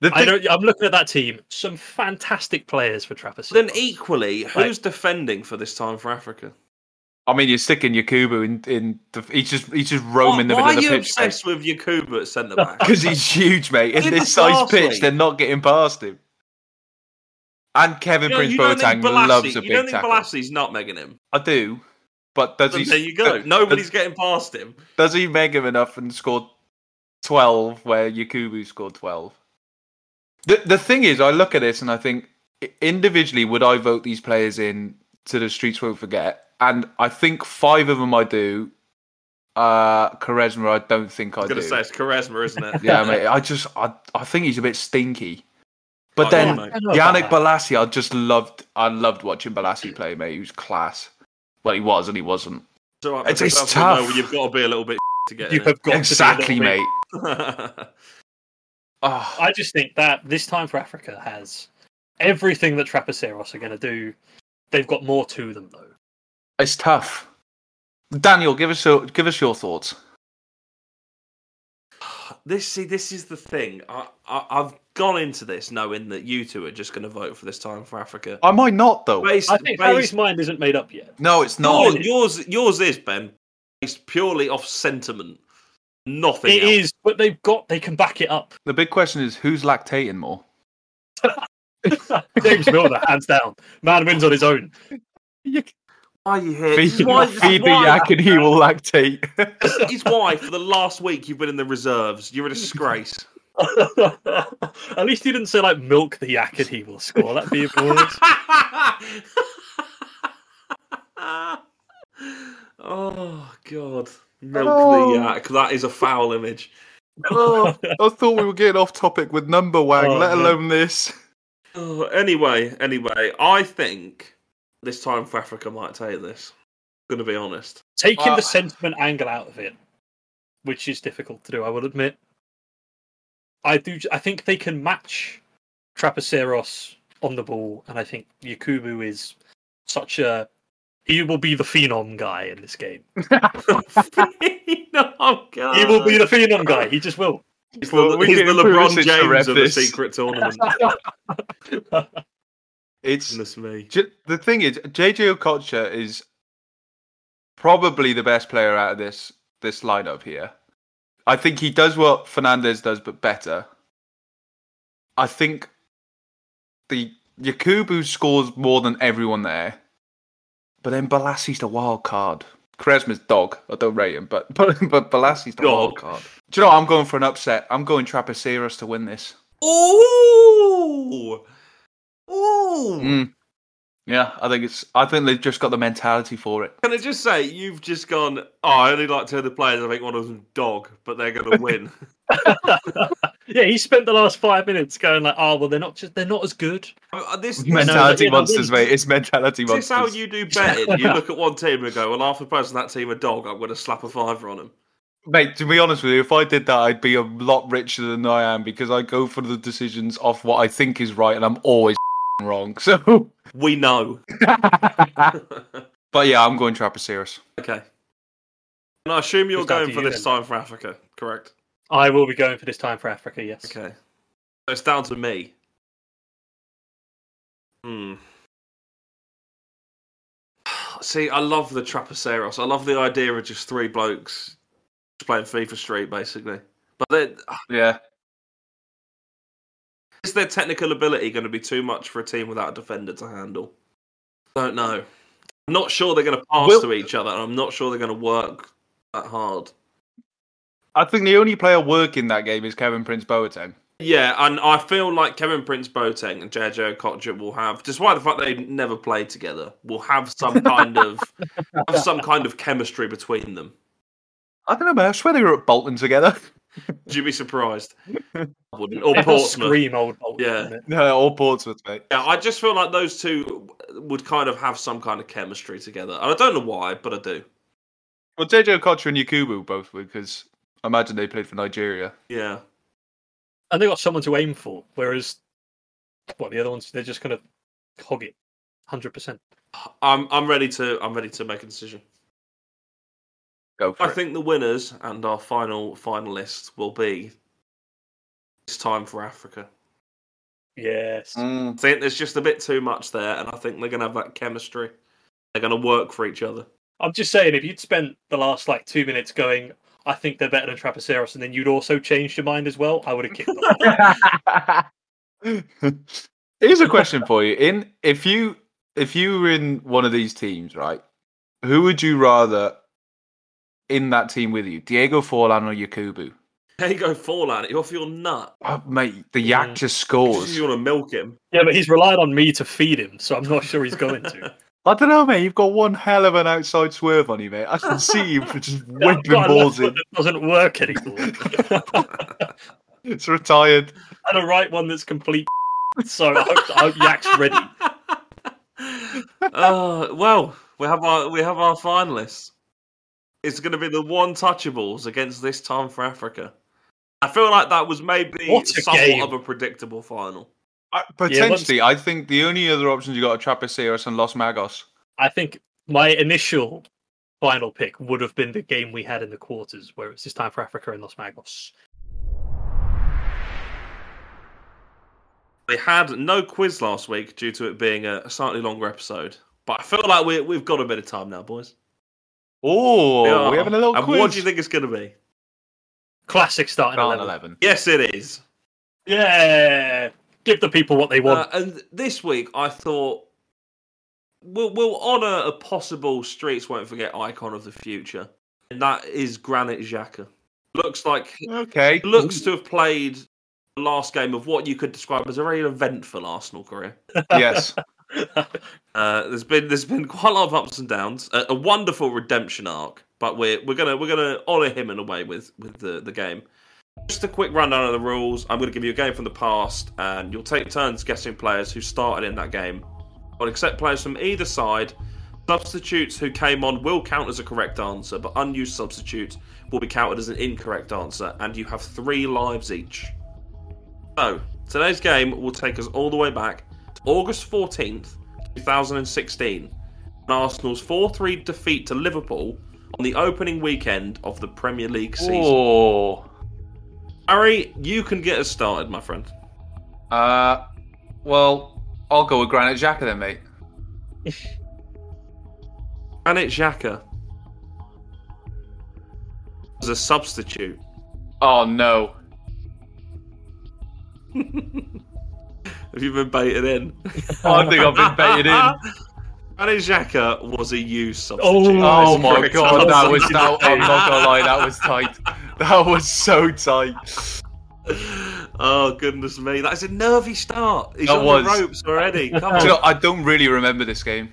S6: thing-
S5: don't. I'm looking at that team. Some fantastic players for Trapaceros.
S4: Then E equally, who's defending for this time for Africa?
S6: I mean, you're sticking Yakubu in. in the, he's just he's just roaming the middle
S4: why why
S6: of the
S4: are you
S6: pitch
S4: obsessed with Yakuba at centre back?
S6: because he's huge, mate. In
S4: Get
S6: this
S4: the
S6: size
S4: pass,
S6: pitch,
S4: mate.
S6: they're not getting past him. And Kevin
S4: You know-
S6: Prince
S4: you don't think
S6: Boateng loves a
S4: Balassi- you
S6: big
S4: don't think
S6: tackle.
S4: Balassi's not megging him?
S6: I do, but does
S4: Then
S6: he?
S4: there you go.
S6: does-
S4: Nobody's getting past him.
S6: Does he make him enough and score 12 where Yakubu scored 12? The, the thing is, I look at this and I think i- individually, would I vote these players in to the Streets Won't Forget? And I think five of them I do. Uh, Charisma, I don't think I
S4: I'm
S6: do.
S4: gonna say it's charisma, isn't it?
S6: yeah, mate, I just, I, I think he's a bit stinky. But
S4: Oh,
S6: then
S4: yeah, mate.
S6: Yannick Balassi, I just loved, I loved watching Balassi play, mate. He was class. Well, he was and he wasn't.
S4: So I-
S6: It's- it's
S4: I thought, no,
S6: tough.
S4: you've got to be a little bit to get in
S5: you
S4: it.
S5: have got to be a
S6: exactly,
S5: little bit-
S6: mate. Oh.
S5: I just think that this time for Africa has everything that Trapaceros are going to do. They've got more to them though.
S6: It's tough. Daniel, give us your, give us your thoughts.
S4: this see, this is the thing. I, I I've gone into this knowing that you two are just going to vote for this time for Africa.
S6: Oh, I might not though.
S4: Based,
S5: I think Harry's
S4: based,
S5: mind isn't made up yet.
S6: No, it's
S4: yours,
S6: not.
S4: yours yours is Ben based purely off sentiment. Nothing.
S5: It
S4: else.
S5: is, but they've got they can back it up.
S6: The big question is who's lactating more.
S5: James Milner, hands down. Man wins on his own.
S4: Why are you here? This
S6: Feed,
S4: is why, this is
S6: feed the
S4: why-
S6: yak and he will lactate.
S4: this is why for the last week you've been in the reserves. You're a disgrace.
S5: At least he didn't say like milk the yak and he will score. That'd be a bonus.
S4: oh God, milk
S6: Oh.
S4: the yak. That is a foul image.
S6: Oh, I thought we were getting off topic with number wang,
S5: Oh,
S6: let
S5: no.
S6: alone this.
S4: Oh, anyway, anyway, I think this time for Africa might take this. Gonna be honest.
S5: Taking
S6: Uh,
S5: the sentiment angle out of it, which is difficult to do, I will admit. I do. I think they can match Trapaceros on the ball, and I think Yakubu is such a. He will be the phenom guy in this game.
S4: oh God,
S5: He will be the phenom guy. He just will.
S4: he's
S6: Well,
S4: the,
S6: we
S4: he's
S6: can
S4: the
S6: improve
S4: LeBron
S6: this to
S4: James
S6: ref
S4: of the
S6: this.
S4: secret tournament.
S6: It's
S4: Goodness me.
S6: J- the thing is, JJ Okocha is probably the best player out of this this lineup here. I think he does what Fernandez does, but better. I think the Yakubu scores more than everyone there, but then Balassi's the wild card. Kresma's dog. I don't rate him, but but, but Balassi's the wild
S4: Dog.
S6: card. Do you know? What? I'm going for an upset. I'm going Trapaceros to win this.
S4: Ooh, ooh.
S6: Mm. Yeah, I think it's. I think they've just got the mentality for it.
S4: Can I just say you've just gone? Oh, I only like two of the players. I think one of them's dog, but they're gonna win.
S5: yeah, he spent the last five minutes going like, "Oh well, they're not just they're not as good."
S4: Uh, this
S6: mentality
S5: yeah,
S6: monsters,
S5: I wouldn't.
S6: mate. It's mentality
S4: Is this
S6: monsters.
S4: how you do betting? You look at one team and go, "Well, half the players on that team are dog. I'm going to slap a fiver on them."
S6: Mate, to be honest with you, if I did that, I'd be a lot richer than I am because I go for the decisions off what I think is right, and I'm always wrong. So,
S4: We know.
S6: but yeah, I'm going Trapaceros.
S4: okay. And I assume you're
S5: It's down
S4: going
S5: to
S4: for
S5: you
S4: this
S5: then.
S4: time for Africa, correct?
S5: I will be going for this time for Africa. Yes.
S4: Okay. So it's down to me. Hmm. See, I love the Trapaceros. I love the idea of just three blokes just playing FIFA Street, basically. But then,
S6: Yeah,
S4: is their technical ability going to be too much for a team without a defender to handle? Don't know. I'm not sure they're going to pass
S6: Will-
S4: to each other, and I'm not sure they're going to work that hard.
S6: I think the only player working that game is Kevin Prince Boateng.
S4: Yeah, and I feel like Kevin Prince Boateng and JJ Okocha will have, despite the fact they never played together, will have some kind of have some kind of chemistry between them.
S6: I don't know, man. I swear they were at Bolton together.
S4: Would you be surprised? I wouldn't. Or
S5: It does
S4: Portsmouth.
S5: scream old Bolton,
S4: Yeah.
S5: doesn't it?
S6: No, all Portsmouth, mate.
S4: Yeah, I just feel like those two would kind of have some kind of chemistry together, and I don't know why, but I do.
S6: Well, JJ Okocha and Yakubu both would, because I imagine they played for Nigeria.
S4: Yeah,
S5: And they got someone to aim for, whereas, well, the other ones they're just gonna hog it, hundred percent.
S4: I'm I'm ready to I'm ready to make a decision.
S6: Go for
S4: I
S6: it.
S4: think the winners and our final finalists will be this time for Africa.
S5: Yes.
S4: I think there's just a bit too much there, and I think they're going to have that chemistry. They're going to work for each other.
S5: I'm just saying, if you'd spent the last like two minutes going, I think they're better than Trapaceros, and then you'd also changed your mind as well, I would have kicked them.
S6: Here's a question for you: In if you if you were in one of these teams, right, who would you rather in that team with you, Diego Forlan or Yakubu?
S4: There you go, Forlan. You're off your nut.
S6: Oh, mate, the yak
S5: Mm.
S6: just
S4: You
S6: scores.
S4: want to milk him?
S5: yeah, but he's relied on me to feed him, so I'm not sure he's going to.
S6: I don't know, mate. You've got one hell of an outside swerve on you, mate. I can see you just
S5: I've
S6: whipping
S5: got a left
S6: balls in.
S5: foot that doesn't work anymore,
S6: It's retired.
S5: and a right one that's complete. So I hope, I hope Yak's ready.
S4: uh, well, we have our we have our finalists. It's going to be the one touchables against this time for Africa. I feel like that was maybe
S5: What a
S4: somewhat
S5: game.
S4: of a predictable final.
S6: I- Potentially, I think the only other options you got are Trapaceros and Los Magos.
S5: I think my initial final pick would have been the game we had in the quarters, where it's this time for Africa and Los Magos.
S4: We had no quiz last week due to it being a slightly longer episode, but I feel like we, we've got a bit of time now, boys.
S6: Oh,
S4: We are.
S6: we're having a little
S4: and
S6: quiz.
S4: What do you think it's going to be?
S5: Classic starting
S6: Starting
S5: 11.
S6: 11.
S4: Yes, it is.
S5: Yeah, give the people what they want.
S4: Uh, and this week, I thought we'll, we'll honour a possible Streets Won't Forget icon of the future, and that is Granite Xhaka. Looks like
S6: Okay.
S4: looks to have played the last game of what you could describe as a very eventful Arsenal career.
S6: yes.
S4: Uh, there's been there's been quite a lot of ups and downs, a, a wonderful redemption arc, but we're we're gonna we're gonna honour him in a way with with the the game. Just a quick rundown of the rules. I'm gonna give you a game from the past, and you'll take turns guessing players who started in that game. I'll accept players from either side. Substitutes who came on will count as a correct answer, but unused substitutes will be counted as an incorrect answer, and you have three lives each. So, today's game will take us all the way back to August 14th, 2016, and Arsenal's 4 3 defeat to Liverpool on the opening weekend of the Premier League season.
S6: Oh.
S4: Harry, you can get us started, my friend.
S6: Uh, well, I'll go with Granite Xhaka then, mate.
S4: Granit Xhaka was a substitute.
S6: Oh no.
S4: Have you been baited in?
S6: Oh, I think I've been baited in.
S4: Granit Xhaka was a U
S5: Oh,
S4: substitute. That is
S6: Oh
S4: a
S6: my
S4: correct
S6: god,
S4: answer.
S6: that was that. I'm not gonna lie, that was tight. That was so tight.
S4: Oh goodness me, that's a nervy start. He's
S6: That
S4: on
S6: was.
S4: the ropes already. Come
S6: Do
S4: on.
S6: you know, I don't really remember this game.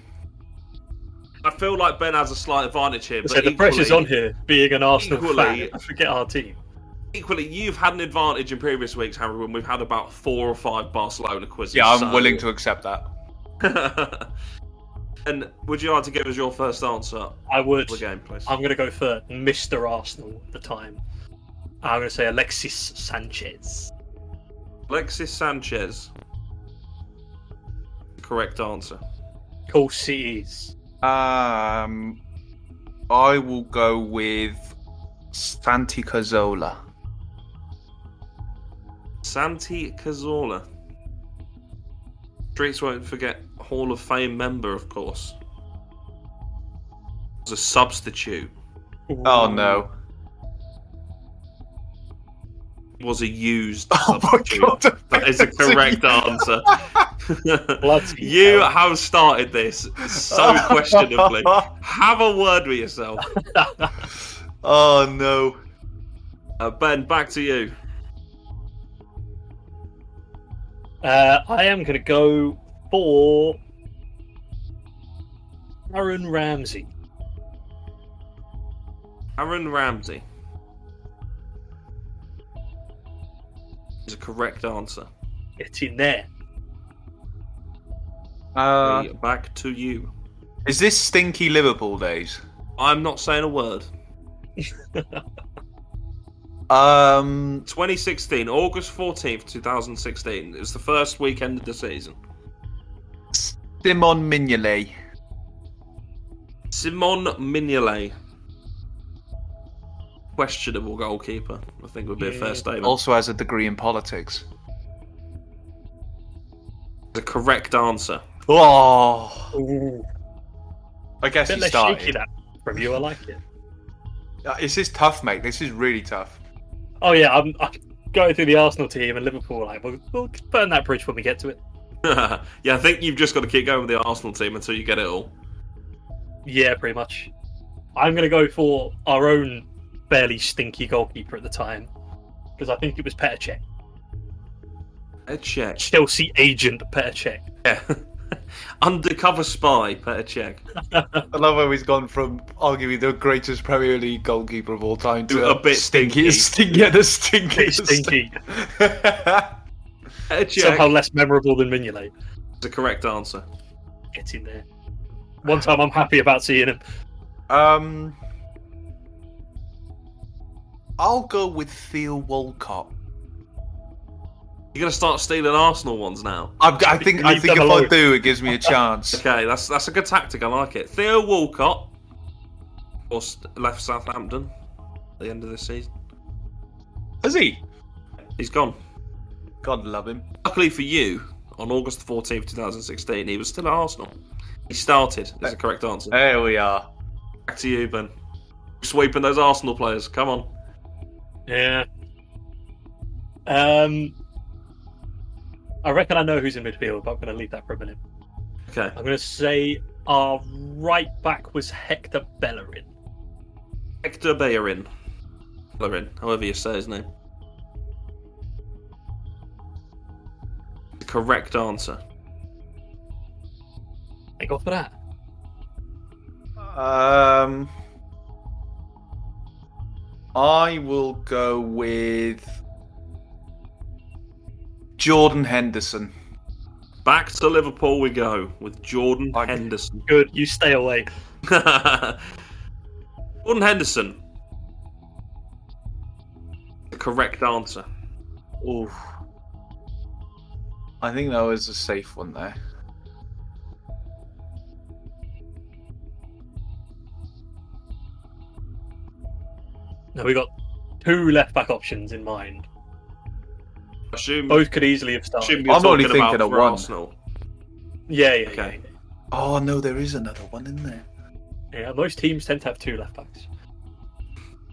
S4: I feel like Ben has a slight advantage here, but
S5: so the pressure's
S4: equally-
S5: on here, being an Arsenal
S4: equally-
S5: fan. Forget our team.
S4: Equally, you've had an advantage in previous weeks, Harry, when we've had about four or five Barcelona quizzes.
S6: Yeah, I'm
S4: so-
S6: willing to accept that.
S4: and would you like to give us your first answer
S5: I would.
S4: for the game, please?
S5: I'm going to go for Mr. Arsenal at the time. I'm going to say Alexis Sanchez.
S4: Alexis Sanchez. Correct answer.
S5: Cool CEs.
S6: Um, I will go with Santi Cazorla.
S4: Santi Cazorla. Streets won't forget Hall of Fame member, of course. As a substitute,
S6: Oh no.
S4: was a used
S6: Oh my
S4: substitute.
S6: god.
S4: That is a correct answer.
S5: Bloody
S4: you
S5: hell.
S4: have started this so questionably. have a word with yourself.
S6: Oh no.
S4: Uh, ben, back to you.
S5: Uh, I am going to go for Aaron Ramsey.
S4: Aaron Ramsey is a correct answer.
S5: Get in there.
S6: Uh,
S4: Back to you.
S6: is this stinky Liverpool days?
S4: I'm not saying a word.
S6: Um,
S4: 2016, August 14th, 2016. It was the first weekend of the season.
S6: Simon Mignolet.
S4: Simon Mignolet. Questionable goalkeeper, I think would be a
S5: Yeah.
S4: fair statement.
S6: also has a degree in politics.
S4: the correct answer.
S6: Oh,
S5: Ooh,
S6: I guess
S5: bit
S6: he
S5: less
S6: started.
S5: shaky that from you. I like it.
S6: Uh, This is tough, mate. This is really tough.
S5: Oh yeah, I'm, I'm going through the Arsenal team and Liverpool. Like, we'll, we'll burn that bridge when we get to it.
S4: yeah, I think you've just got to keep going with the Arsenal team until you get it all.
S5: Yeah, pretty much. I'm going to go for our own fairly stinky goalkeeper at the time because I think it was Petacek,
S4: Petr Cech.
S5: Chelsea agent Petacek.
S4: Yeah. Undercover spy, Petr Cech.
S6: I love how he's gone from arguably the greatest Premier League goalkeeper of all time to
S4: To a bit
S6: stinky, stinky, yeah, the stinky,
S5: Pretty stinky.
S4: Petr Cech
S5: Somehow less memorable than Mignolet.
S4: is the correct answer.
S5: Get in there. One time I'm happy about seeing him.
S6: um, I'll go with Theo Walcott.
S4: You're going to start stealing Arsenal ones now.
S6: I, I think, I
S5: Leave
S6: think
S5: them
S6: if I
S5: alone.
S6: do, it gives me a chance.
S4: Okay, that's that's a good tactic. I like it. Theo Walcott, of course, left Southampton at the end of this season.
S6: Has he?
S4: He's gone.
S6: God love him.
S4: Luckily for you, on August 14th, 2016, he was still at Arsenal. He started, is the correct answer.
S6: There we are.
S4: Back to you, Ben. Sweeping those Arsenal players. Come on.
S5: Yeah. Um, I reckon I know who's in midfield, but I'm going to leave that for a minute.
S4: Okay.
S5: I'm going to say our right back was Hector Bellerin.
S4: Hector Bellerin. Bellerin, however you say his name. The correct answer.
S5: Thank God for that.
S6: Um, I will go with Jordan Henderson.
S4: Back to Liverpool we go with Jordan
S6: Okay.
S4: Henderson.
S5: Good, you stay away.
S4: Jordan Henderson. The correct answer.
S6: Ooh. I think that was a safe one there.
S5: Now we got two left back options in mind.
S4: I assume,
S5: Both could easily have
S4: assume
S5: started.
S4: you're
S6: I'm only
S4: talking about
S6: thinking of
S4: for
S6: one.
S4: Arsenal.
S5: Yeah, yeah,
S4: Okay.
S6: Oh no, there is another one in there.
S5: yeah, yeah. Most teams tend to have two left backs.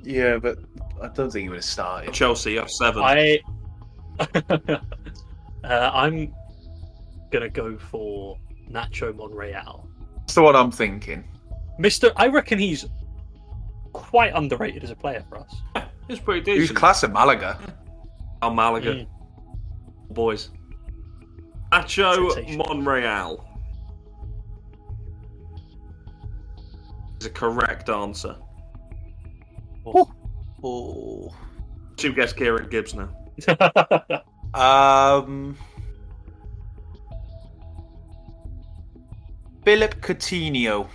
S6: Yeah, but I don't think he would have started.
S4: Chelsea, you have seven.
S5: I, uh, I'm gonna go for Nacho Monreal,
S6: That's the one I'm thinking.
S5: Mister. I reckon he's quite underrated as a player for us.
S4: It's pretty
S6: He was
S4: decent.
S6: class at Malaga.
S4: Al Malaga.
S5: Mm.
S4: Boys. Nacho
S5: Sensational.
S4: Monreal. Is a correct answer.
S6: Oh.
S4: Two guess Kieran Gibbs now.
S5: Mm.
S6: Um. Philip Coutinho.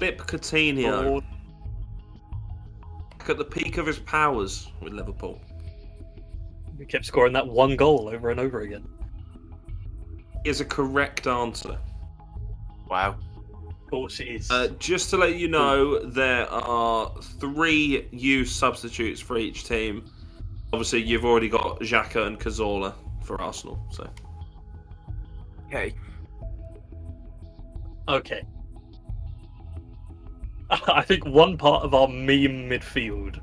S4: Bip Coutinho.
S5: Or-
S4: back At the peak of his powers with Liverpool.
S5: we kept scoring that one goal over and over again.
S4: Is a correct answer.
S6: Wow.
S5: Of course, it is.
S4: Uh, just to let you
S6: Hmm.
S4: know, there are three U substitutes for each team. Obviously, you've already got Xhaka and Cazorla for Arsenal. So,
S6: Okay.
S5: Okay. I think one part of our meme midfield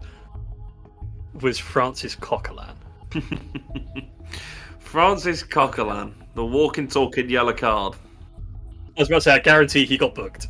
S5: was Francis Coquelin.
S4: Francis Coquelin, the walking, talking yellow card.
S5: I was about to say, I guarantee he got booked.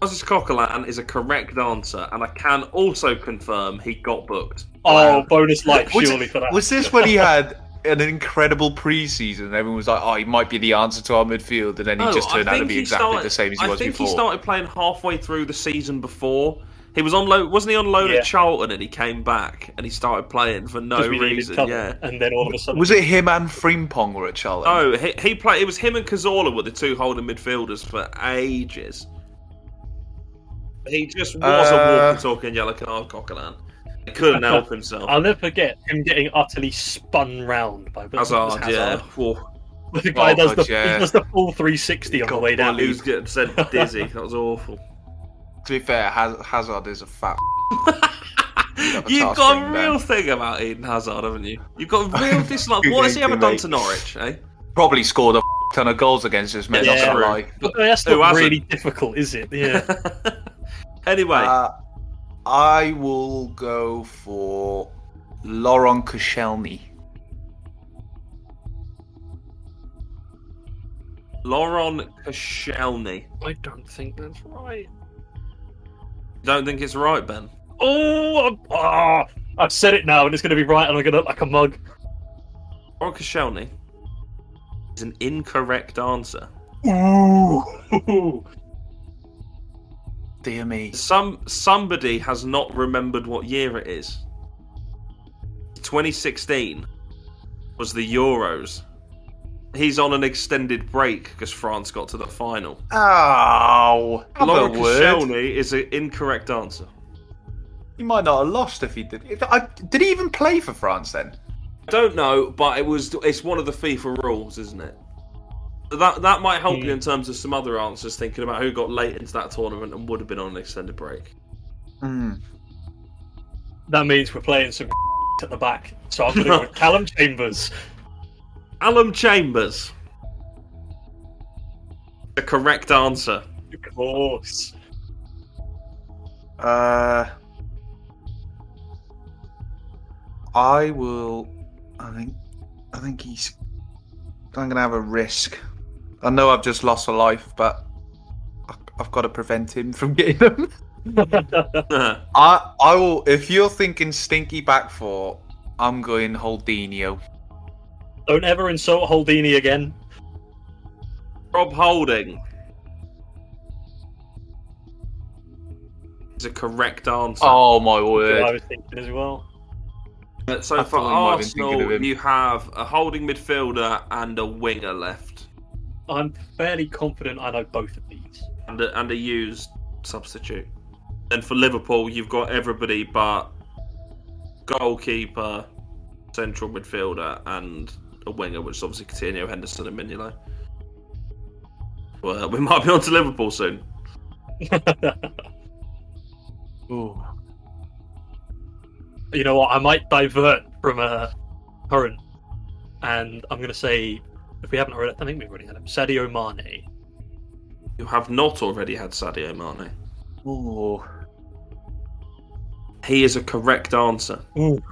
S4: Moses Coquelin is a correct answer, and I can also confirm he got booked.
S5: Oh, bonus life
S6: Was,
S5: surely for that.
S6: was this when he had an incredible preseason? and Everyone was like, "Oh, he might be the answer to our midfield," and then he
S4: No,
S6: just turned
S4: Oh,
S6: out
S4: I
S6: to
S4: think
S6: be
S4: he
S6: exactly
S4: started-
S6: the same as he
S4: I
S6: was
S4: think
S6: before.
S4: he started playing halfway through the season before. He was on loan, wasn't he? On loan
S5: Yeah.
S4: at Charlton, and he came back and he started playing for no
S5: Because we needed
S4: reason.
S5: cover,
S4: Yeah.
S5: and then all of a sudden,
S6: Was it him and Frimpong were at Charlotte?
S4: Oh, he, he played. It was him and Cazorla were the two holding midfielders for ages. He just was a
S6: Uh,
S4: walking, talking yellow card, Coquelin. He couldn't help himself.
S5: I'll never forget him getting utterly spun round by
S4: Hazard,
S5: Hazard.
S4: yeah. Whoa,
S5: The guy
S6: Oh,
S5: does the
S6: God, yeah.
S5: he does the full 360 on the
S6: Got
S5: way down.
S4: he was getting sent dizzy. That was awful.
S6: To be fair, Haz- Hazard is a fat. have a
S4: You've
S6: task
S4: got a
S6: ring
S4: real
S6: then.
S4: thing about Eden Hazard, haven't you? You've got a real dislike. What has he
S6: Too
S4: ever
S6: late,
S4: done
S6: mate.
S4: to Norwich, eh?
S6: Probably scored a ton of goals against us, mate.
S5: Yeah,
S6: not gonna
S4: true.
S6: lie.
S5: But that's
S4: Who
S5: not
S4: hasn't?
S5: really difficult, is it? Yeah.
S4: anyway,
S6: Uh, I will go for Laurent Koscielny.
S4: Lauren Koscielny.
S5: I don't think that's right.
S4: Don't think it's right, Ben.
S5: Oh, I'm- ah, I've said it now, and it's going to be right, and I'm going to look like a mug.
S4: Lauren Koscielny is an incorrect answer.
S5: Ooh.
S6: Dear me.
S4: Some somebody has not remembered what year it is. 2016 was the Euros. He's on an extended break because France got to the final.
S6: Ow. Have a
S4: Laura
S6: word.
S4: Koscielny is an incorrect answer.
S6: He might not have lost if he did. If I, did he even play for France then?
S4: I don't know, but it was it's one of the FIFA rules, isn't it? That that might
S6: Hmm.
S4: help you in terms of some other answers, thinking about who got late into that tournament and would have been on an extended break.
S6: Hmm.
S5: That means we're playing some at the back. So I'm going to go with Callum Chambers.
S4: Alum Chambers. The correct answer.
S5: Of course.
S6: Uh, I will. I think. I think he's. I'm gonna have a risk. I know I've just lost a life, but I- I've got to prevent him from getting them. I I will. If you're thinking stinky back four, I'm going Holdinio.
S5: Don't ever insult Holdini again.
S4: Rob Holding. Is a correct answer.
S6: Oh my
S5: What I
S6: word!
S5: was thinking as well.
S4: Uh, so
S6: I
S4: for
S6: thought we might have been thinking of
S4: Arsenal,
S6: him.
S4: you have a holding midfielder and a winger left,
S5: I'm fairly confident I know both of these.
S4: and a, and a used substitute. And for Liverpool, you've got everybody but goalkeeper, central midfielder, and a winger, which is obviously Coutinho, Henderson, and Mignolet. Well, we might be on to Liverpool soon.
S5: You know what? I might divert from a current, and I'm going to say if we haven't already, I think we've already had him. Sadio Mane.
S4: You have not already had Sadio Mane.
S6: Ooh.
S4: He is a correct answer.
S5: Ooh.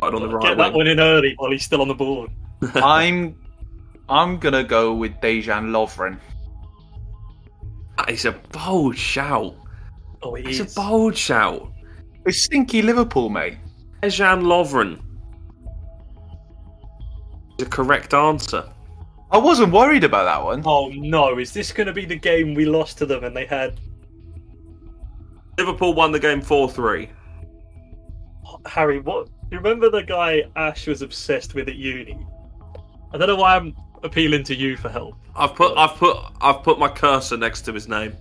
S4: Right on the
S5: Get
S4: right
S5: that
S4: wing.
S5: one in early while he's still on the board.
S6: I'm. I'm gonna go with Dejan Lovren.
S4: That is a bold shout.
S5: Oh, he
S4: It's
S5: is.
S4: a bold shout.
S6: It's stinky Liverpool, mate.
S4: Ejan Lovren. The correct answer.
S6: I wasn't worried about that one.
S5: Oh no! Is this going to be the game we lost to them and they had
S4: Liverpool won the game 4 3.
S5: Harry? What? You remember the guy Ash was obsessed with at uni? I don't know why I'm appealing to you for help.
S4: I've put I've put I've put my cursor next to his name.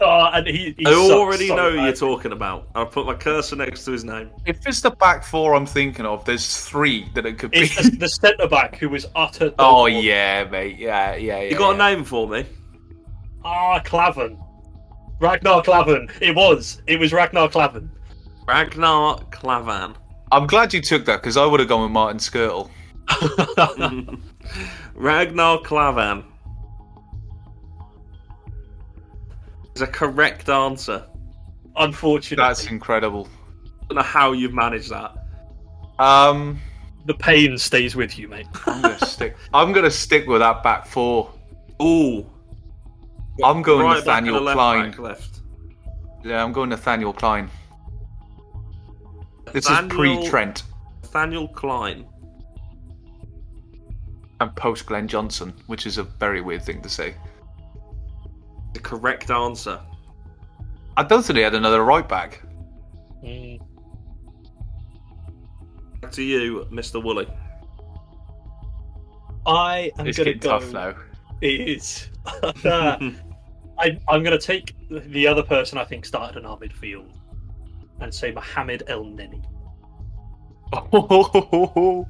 S5: Oh, and he. he
S4: I
S5: sucks
S4: already
S5: so
S4: know who
S5: bad.
S4: you're talking about. I've put my cursor next to his name.
S6: If it's the back four I'm thinking of, there's three that it could be.
S5: It's the, the centre back who was utter.
S6: oh yeah, mate. Yeah, yeah, yeah.
S4: You got a
S6: yeah.
S4: name for me?
S5: Ah, Clavin. Ragnar Clavin. It was. It was Ragnar Clavin.
S4: Ragnar Klavan.
S6: I'm glad you took that because I would have gone with Martin Skirtle.
S4: Ragnar Klavan. Is a correct answer.
S5: Unfortunately,
S6: That's incredible.
S4: I don't know how you've managed that.
S6: Um,
S5: the pain stays with you, mate.
S6: I'm gonna stick. I'm gonna stick with that back four.
S4: Ooh.
S6: I'm going
S4: Right back and a
S6: Nathaniel
S4: left
S6: Klein.
S4: back left.
S6: Yeah, I'm going Nathaniel Klein. This
S4: Nathaniel-
S6: is pre Trent
S4: Nathaniel Klein.
S6: and post Glenn Johnson, which is a very weird thing to say.
S4: The correct answer.
S6: I don't think they had another right back.
S5: Mm.
S4: Back to you, Mr. Woolley.
S5: I am
S6: it's
S5: gonna
S6: getting
S5: go.
S6: tough now.
S5: It is. Uh,
S6: Uh,
S5: I, I'm going to take the other person I think started in our midfield and say Mohamed El Neni.
S6: Oh,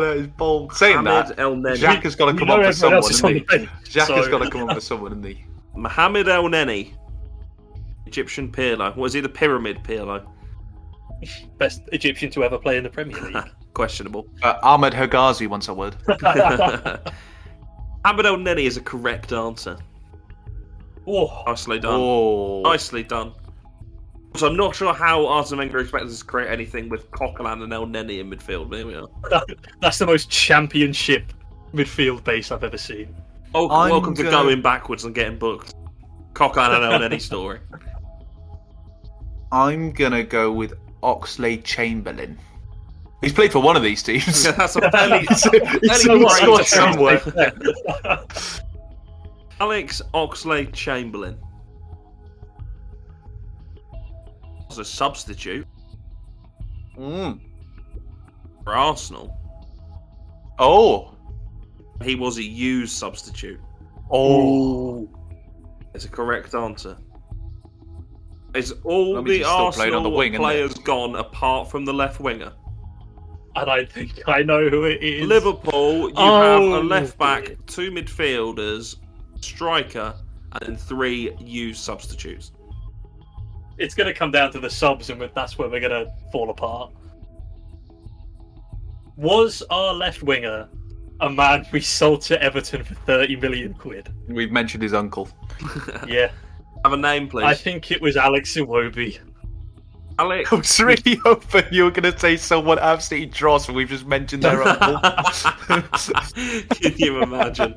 S6: that is bold. Saying
S4: Ahmed
S6: that,
S4: El Neni.
S6: Jack has got to
S5: You
S6: come
S5: know
S6: up with someone,
S5: everyone else is on
S6: isn't
S5: the
S6: he?
S5: bench.
S6: Jack
S5: so-
S6: has got to come up with someone, isn't he?
S4: Mohamed El Neni. Egyptian Pirlo. What is he? The pyramid Pirlo.
S5: best Egyptian to ever play in the Premier League.
S4: Questionable.
S6: Uh, Ahmed Higazi wants a word.
S4: Mohamed El Neni is a correct answer.
S5: oh,
S4: Nicely done.
S6: Oh,
S4: Nicely done. So I'm not sure how Arsene Wenger expects us to create anything with Coquelin and El Neni in midfield. There we are.
S5: that's the most championship midfield base I've ever seen.
S4: Oh,
S6: I'm
S4: welcome to
S6: gonna-
S4: going backwards and getting booked. Coquelin and El Neni story.
S6: I'm gonna go with Oxley Chamberlain. He's played for one of these teams.
S4: That's a fairly
S6: He's
S4: Anyway,
S6: scored
S4: scored
S6: somewhere.
S4: Alex Oxley Chamberlain. As a substitute
S6: Mm.
S4: for Arsenal,
S6: Oh,
S4: he was a used substitute.
S5: oh,
S4: It's a correct answer. Is all
S6: That means
S4: the
S6: he's still played
S4: Arsenal
S6: on the wing, isn't
S4: players gone apart from the left winger?
S5: and I think I know who it is.
S4: Liverpool, you
S5: Oh,
S4: have a left back,
S5: dear.
S4: two midfielders, striker, and then three used substitutes.
S5: It's going to come down to the subs, and that's where we're going to fall apart. Was our left winger a man we sold to Everton for thirty million quid?
S6: we've mentioned his uncle.
S5: Yeah,
S4: Have a name, please.
S5: I think it was Alex Iwobi.
S4: Alex.
S6: I was really hoping you were gonna say someone absolutely dross, and we've just mentioned their uncle.
S4: Can you imagine?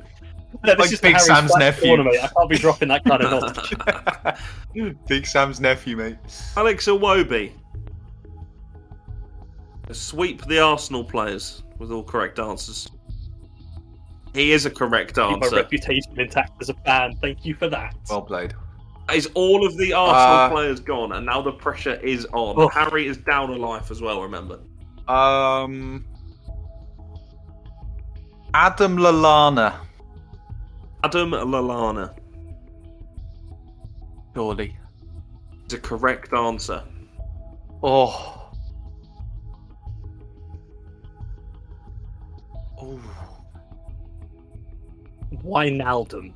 S5: No, this
S6: Like
S5: is the
S6: Big
S5: Harry
S6: Sam's
S5: Flash
S6: nephew.
S5: tournament. I can't be dropping that kind of knowledge.
S6: Big Sam's nephew, mate.
S4: Alex Awobi. Sweep the Arsenal players with all correct answers. He is a correct
S5: Keep my
S4: answer.
S5: reputation intact as a fan. Thank you for that.
S6: Well played.
S4: Is all of the Arsenal
S6: Uh,
S4: players gone, and now the pressure is on.
S5: Oh.
S4: Harry is down a life as well. Remember,
S6: Um, Adam Lalana,
S4: Adam Lallana
S6: surely.
S4: is a correct answer.
S6: Oh. Oh.
S5: Wijnaldum.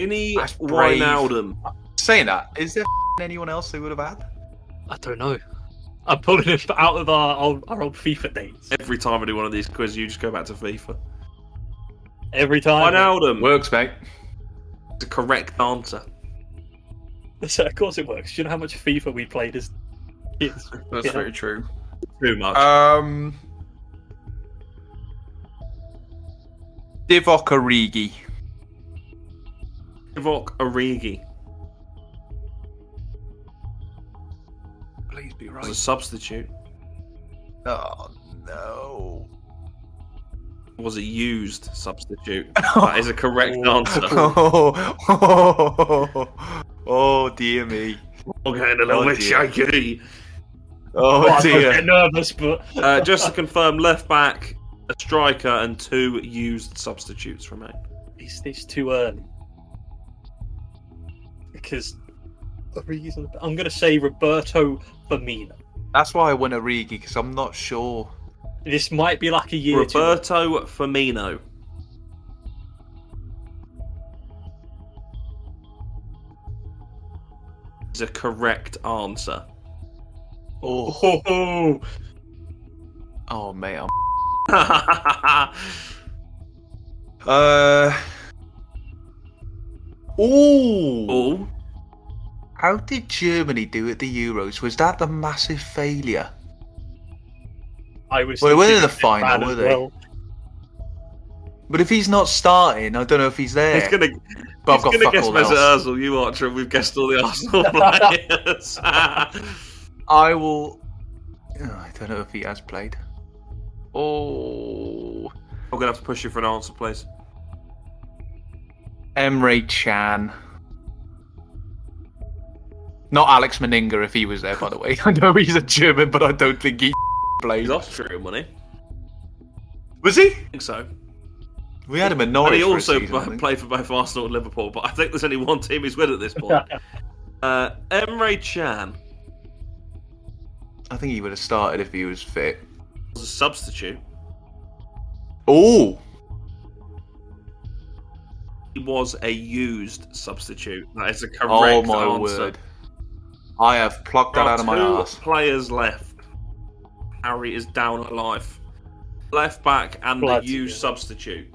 S4: Any
S6: That's brave.
S4: Wijnaldum.
S6: Saying that, is there f***ing anyone else they would have had?
S5: I don't know. I'm pulling him out of our old, our old FIFA dates
S4: Every time I do one of these quizzes, you just go back to FIFA.
S5: every time.
S4: Wijnaldum
S6: Works, mate.
S4: is a correct answer.
S5: So of course it works. Do you know how much FIFA we played as kids?
S6: That's
S5: Yeah.
S6: very true.
S4: Too much.
S6: Um. Divock Origi.
S4: Divock Origi
S6: Please be
S4: was a substitute.
S6: Oh no.
S4: Was a used substitute. that is a correct answer.
S6: Oh, oh, dear me.
S4: I'm getting a little
S6: Oh,
S4: bit
S6: dear.
S4: shaky.
S6: Oh
S5: I
S6: dear.
S5: get nervous, but
S4: Uh, just to confirm, left back, a striker, and two used substitutes remain.
S5: is this too early? Because the reason I'm going to say Roberto Firmino.
S6: That's why I went Origi because I'm not sure.
S5: This might be like a year. too early.
S4: Roberto Firmino. Is a correct answer.
S6: Oh,
S5: Oh,
S6: oh mate. I'm...
S4: That's
S6: Uh. Oh.
S4: all.
S6: How did Germany do at the Euros? Was that the massive failure?
S5: I was.
S6: Well, they were in
S5: thinking
S6: the final,
S5: Van as
S6: were they?
S5: well.
S6: But if he's not starting, I don't know if he's there.
S4: He's gonna.
S6: But I've got
S4: he's gonna
S6: fuck
S4: guess
S6: all
S4: Mesut
S6: else.
S4: Ozil. You are true. We've guessed all the Arsenal players. Uh,
S6: I will. Oh, I don't know if he has played. Oh,
S4: I'm gonna have to push you for an answer, please.
S6: Emre Chan. Not Alex Meninga if he was there, by the way. I know he's a German, but I don't think he played.
S4: He's Austrian, money.
S6: Was he?
S4: I think so.
S6: We had him in
S4: And
S6: Norwich.
S4: he
S6: for a
S4: also
S6: season, I
S4: b-
S6: think.
S4: played for both Arsenal and Liverpool, but I think there's only one team he's with at this point. uh, Emre Chan
S6: I think he would have started if he was fit.
S4: was a substitute.
S6: Oh,
S4: He was a used substitute. That is a correct
S6: oh my
S4: answer.
S6: word! I have plucked
S4: There
S6: that
S4: are
S6: out of my
S4: two
S6: ass.
S4: players left. Harry is down at life. Left back and the
S5: Bloody
S4: used
S5: hell.
S4: substitute.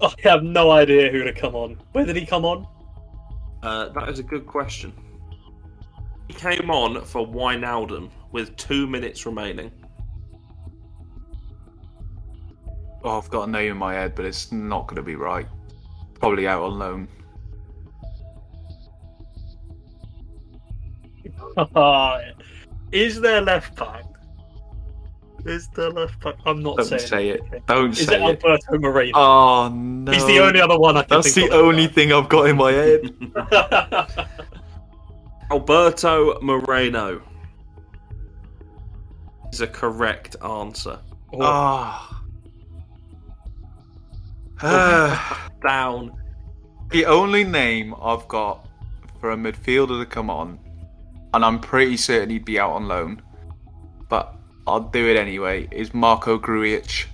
S5: Oh, I have no idea who to come on. Where did he come on?
S4: Uh, that is a good question. He came on for Wijnaldum with two minutes remaining.
S6: Oh, I've got a name in my head, but it's not going to be right. Probably out on loan.
S5: is there left back? Is there left back? I'm not
S6: Don't
S5: saying.
S6: say it.
S5: Okay.
S6: Don't
S5: Is
S6: say
S5: it
S6: it.
S5: Alberto Moreno?
S6: Oh no!
S5: He's the only other one I can
S6: That's
S5: think
S6: the
S5: of.
S6: only thing I've got in my head.
S4: Alberto Moreno is a correct answer.
S5: Oh,
S6: Ah. Ah.
S4: Down.
S6: The only name I've got for a midfielder to come on, and I'm pretty certain he'd be out on loan, but I'll do it anyway, is Marco Grujic.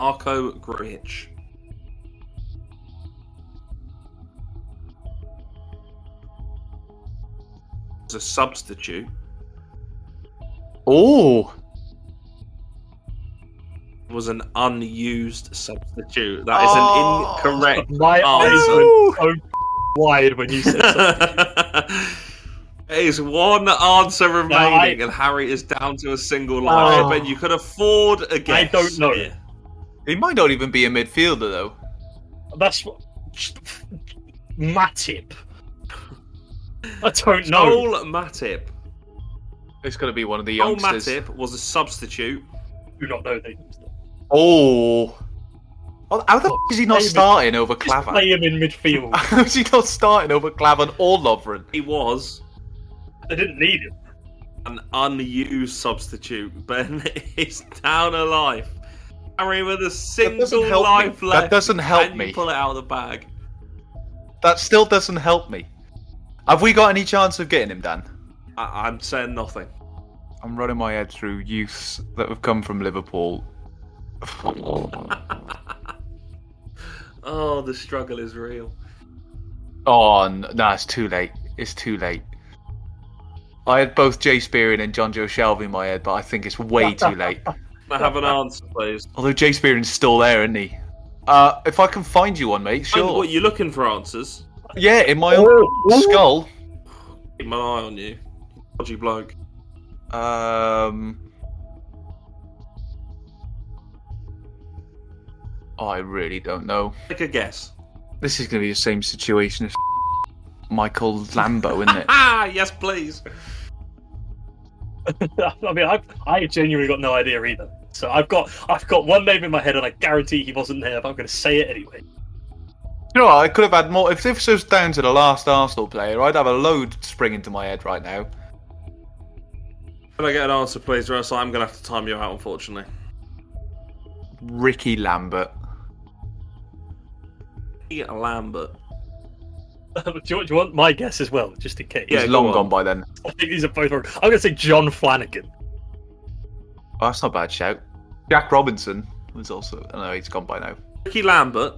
S4: Arko Grujic. As a substitute,
S6: Oh!
S4: was an unused substitute. That is
S6: Oh.
S4: an incorrect
S5: my eyes
S4: answer.
S5: went so wide when you said something.
S4: It is one answer remaining,
S5: I-
S4: and Harry is down to a single life.
S6: Oh.
S4: Ben, you could afford a guess.
S5: don't know.
S4: here.
S6: He might not even be a midfielder, though.
S5: That's what- Matip. I don't know.
S4: Joel Matip.
S6: It's going to be one of the
S5: Oh,
S4: Joel
S6: youngsters.
S4: Oh, Matip was a substitute.
S5: Do not know they
S6: Oh! Oh, How the f- is he not
S5: David-
S6: starting over
S5: just
S6: Clavan?
S5: play him in midfield.
S6: How is he not starting over Clavan or Lovren?
S4: He was
S5: they didn't need him.
S4: an unused substitute. Ben is down a life. Harry with a single
S6: help me.
S4: life
S6: That
S4: left.
S6: doesn't help
S4: Can
S6: me.
S4: You pull it out of the bag.
S6: That still doesn't help me. Have we got any chance of getting him, Dan?
S4: I- I'm saying nothing.
S6: I'm running my head through youths that have come from Liverpool.
S4: Oh, the struggle is real.
S6: Oh, no, nah, it's too late. It's too late. I had both Jay Spearing and John Joe Shelby in my head, but I think it's way too late.
S4: Can I have
S6: Uh,
S4: an answer, please.
S6: Although Jay Spearing's still there, isn't he? Uh, if I can find you one, mate,
S4: Sure.
S6: sure.
S4: What you Oh. looking for answers?
S6: Yeah, in my own skull.
S4: Keep my eye on you, dodgy bloke.
S6: Um. I really don't know.
S4: Take a guess.
S6: This is going to be the same situation as Michael Lambo, isn't it?
S4: Ah, yes, please.
S5: I mean, I I genuinely got no idea either. So I've got I've got one name in my head, and I guarantee he wasn't there. But I'm going to say it anyway.
S6: You know, what, I could have had more. If this was down to the last Arsenal player, I'd have a load spring into my head right now.
S4: Can I get an answer, please, or else I'm going to have to time you out, unfortunately.
S6: Ricky Lambert.
S4: Ian Lambert.
S5: do, you, want- do you want my guess as well, just in case?
S6: He's
S4: Yeah, go
S6: long
S4: on.
S6: gone by then.
S5: I think these are both wrong. I'm going to say John Flanagan.
S6: Oh, that's not a bad shout. Jack Robinson was also. I know he's gone by now.
S4: Ricky Lambert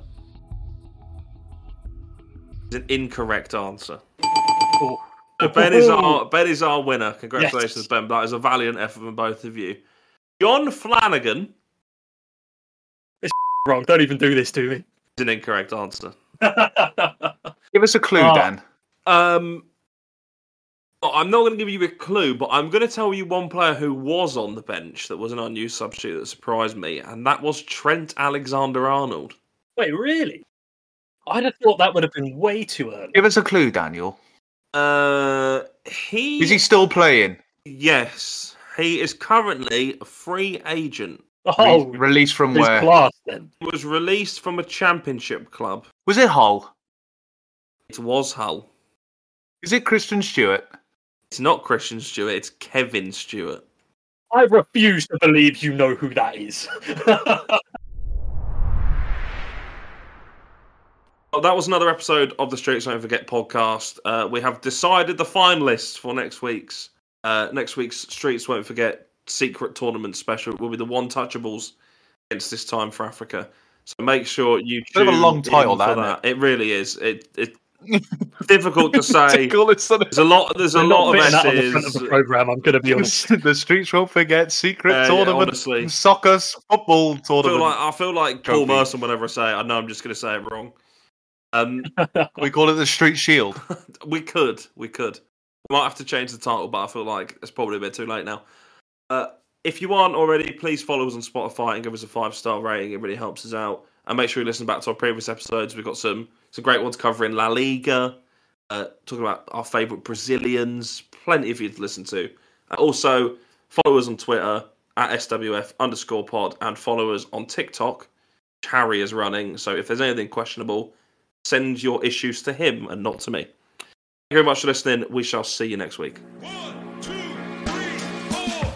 S4: is an incorrect answer.
S5: Oh.
S4: So Ben is our Ben is our winner. Congratulations,
S5: Yes.
S4: Ben. That is a valiant effort from both of you. John Flanagan
S5: wrong. Don't even do this to me.
S4: is an incorrect answer.
S5: I
S6: Give us a clue,
S5: Oh.
S6: Dan.
S4: Um, I'm not going to give you a clue, but I'm going to tell you one player who was on the bench that was an unused substitute that surprised me, and that was Trent Alexander Arnold.
S5: Wait, really? I'd have thought that would have been way too early.
S6: Give us a clue, Daniel.
S4: Uh, he
S6: Is he still playing?
S4: Yes, he is currently a free agent.
S5: Oh,
S6: Re- released from
S5: his
S6: where?
S5: class then.
S4: He was released from a championship club.
S6: Was it Hull?
S4: It was Hull.
S6: Is it Christian Stewart?
S4: It's not Christian Stewart. It's Kevin Stewart.
S5: I refuse to believe you know who that is.
S4: Well, that was another episode of the Streets Don't Forget podcast. Uh, we have decided the finalists for next week's uh, next week's Streets Won't Forget secret tournament special. It will be the one touchables against this time for Africa. So make sure you.
S6: Bit of a
S4: tune
S6: long
S4: in
S6: title, that,
S4: for
S6: isn't
S4: It really is. It, it's difficult to say.
S6: Call it something.
S4: There's a lot. There's a
S5: I'm
S4: lot
S5: not
S4: of
S5: fitting that on the front of
S4: S's.
S5: the program. I'm going to be honest.
S6: the streets won't forget secret
S4: Uh, yeah,
S6: tournament,
S4: honestly.
S6: soccer, football
S4: I feel
S6: tournament.
S4: like I feel like
S6: Trophy.
S4: Paul Merson whenever I say it. I know I'm just going to say it wrong. Um,
S6: we call it the Street Shield.
S4: We could, we could. We might have to change the title, but I feel like it's probably a bit too late now. Uh, if you aren't already, please follow us on Spotify and give us a five star rating. It really helps us out. And make sure you listen back to our previous episodes. We've got some some great ones covering La Liga, uh, talking about our favourite Brazilians. Plenty of you to listen to. Uh, also, follow us on Twitter at SWF underscore pod and follow us on TikTok, which Harry is running. So if there's anything questionable, send your issues to him and not to me. Thank you very much for listening. We shall see you next week.
S2: One, two, three, four.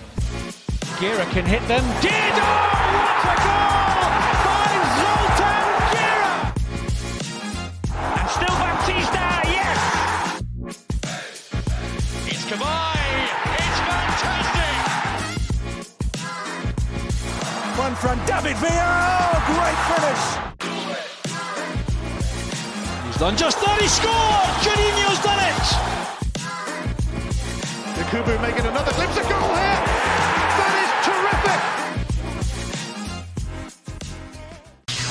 S1: Gira can hit them. Didor, what a goal by Zoltan Gira! And still Baptista, yes! It's Kabay! It's fantastic!
S2: One from David Villa. Oh, great finish.
S1: He's done just that, he scored! Juninho's done it!
S3: Kubu making another glimpse of goal here. That is terrific.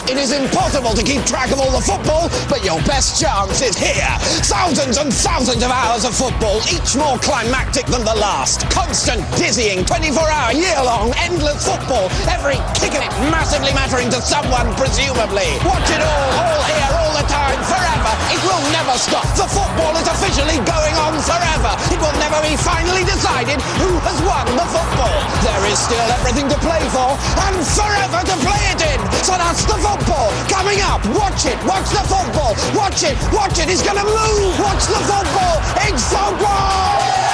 S8: It is impossible to keep track of all the football, but your best chance is here. Thousands and thousands of hours of football, each more climactic than the last. Constant, dizzying, 24-hour, year-long, endless football. Every kick in it massively mattering to someone, presumably. Watch it all, all here, all the time, forever. It will never stop. The football is officially going on forever. It will never be finally decided who has won the football. There is still everything to play for and forever to play it in. So that's the football coming up. Watch it. Watch the football. Watch it. Watch it. It's going to move. Watch the football. It's football.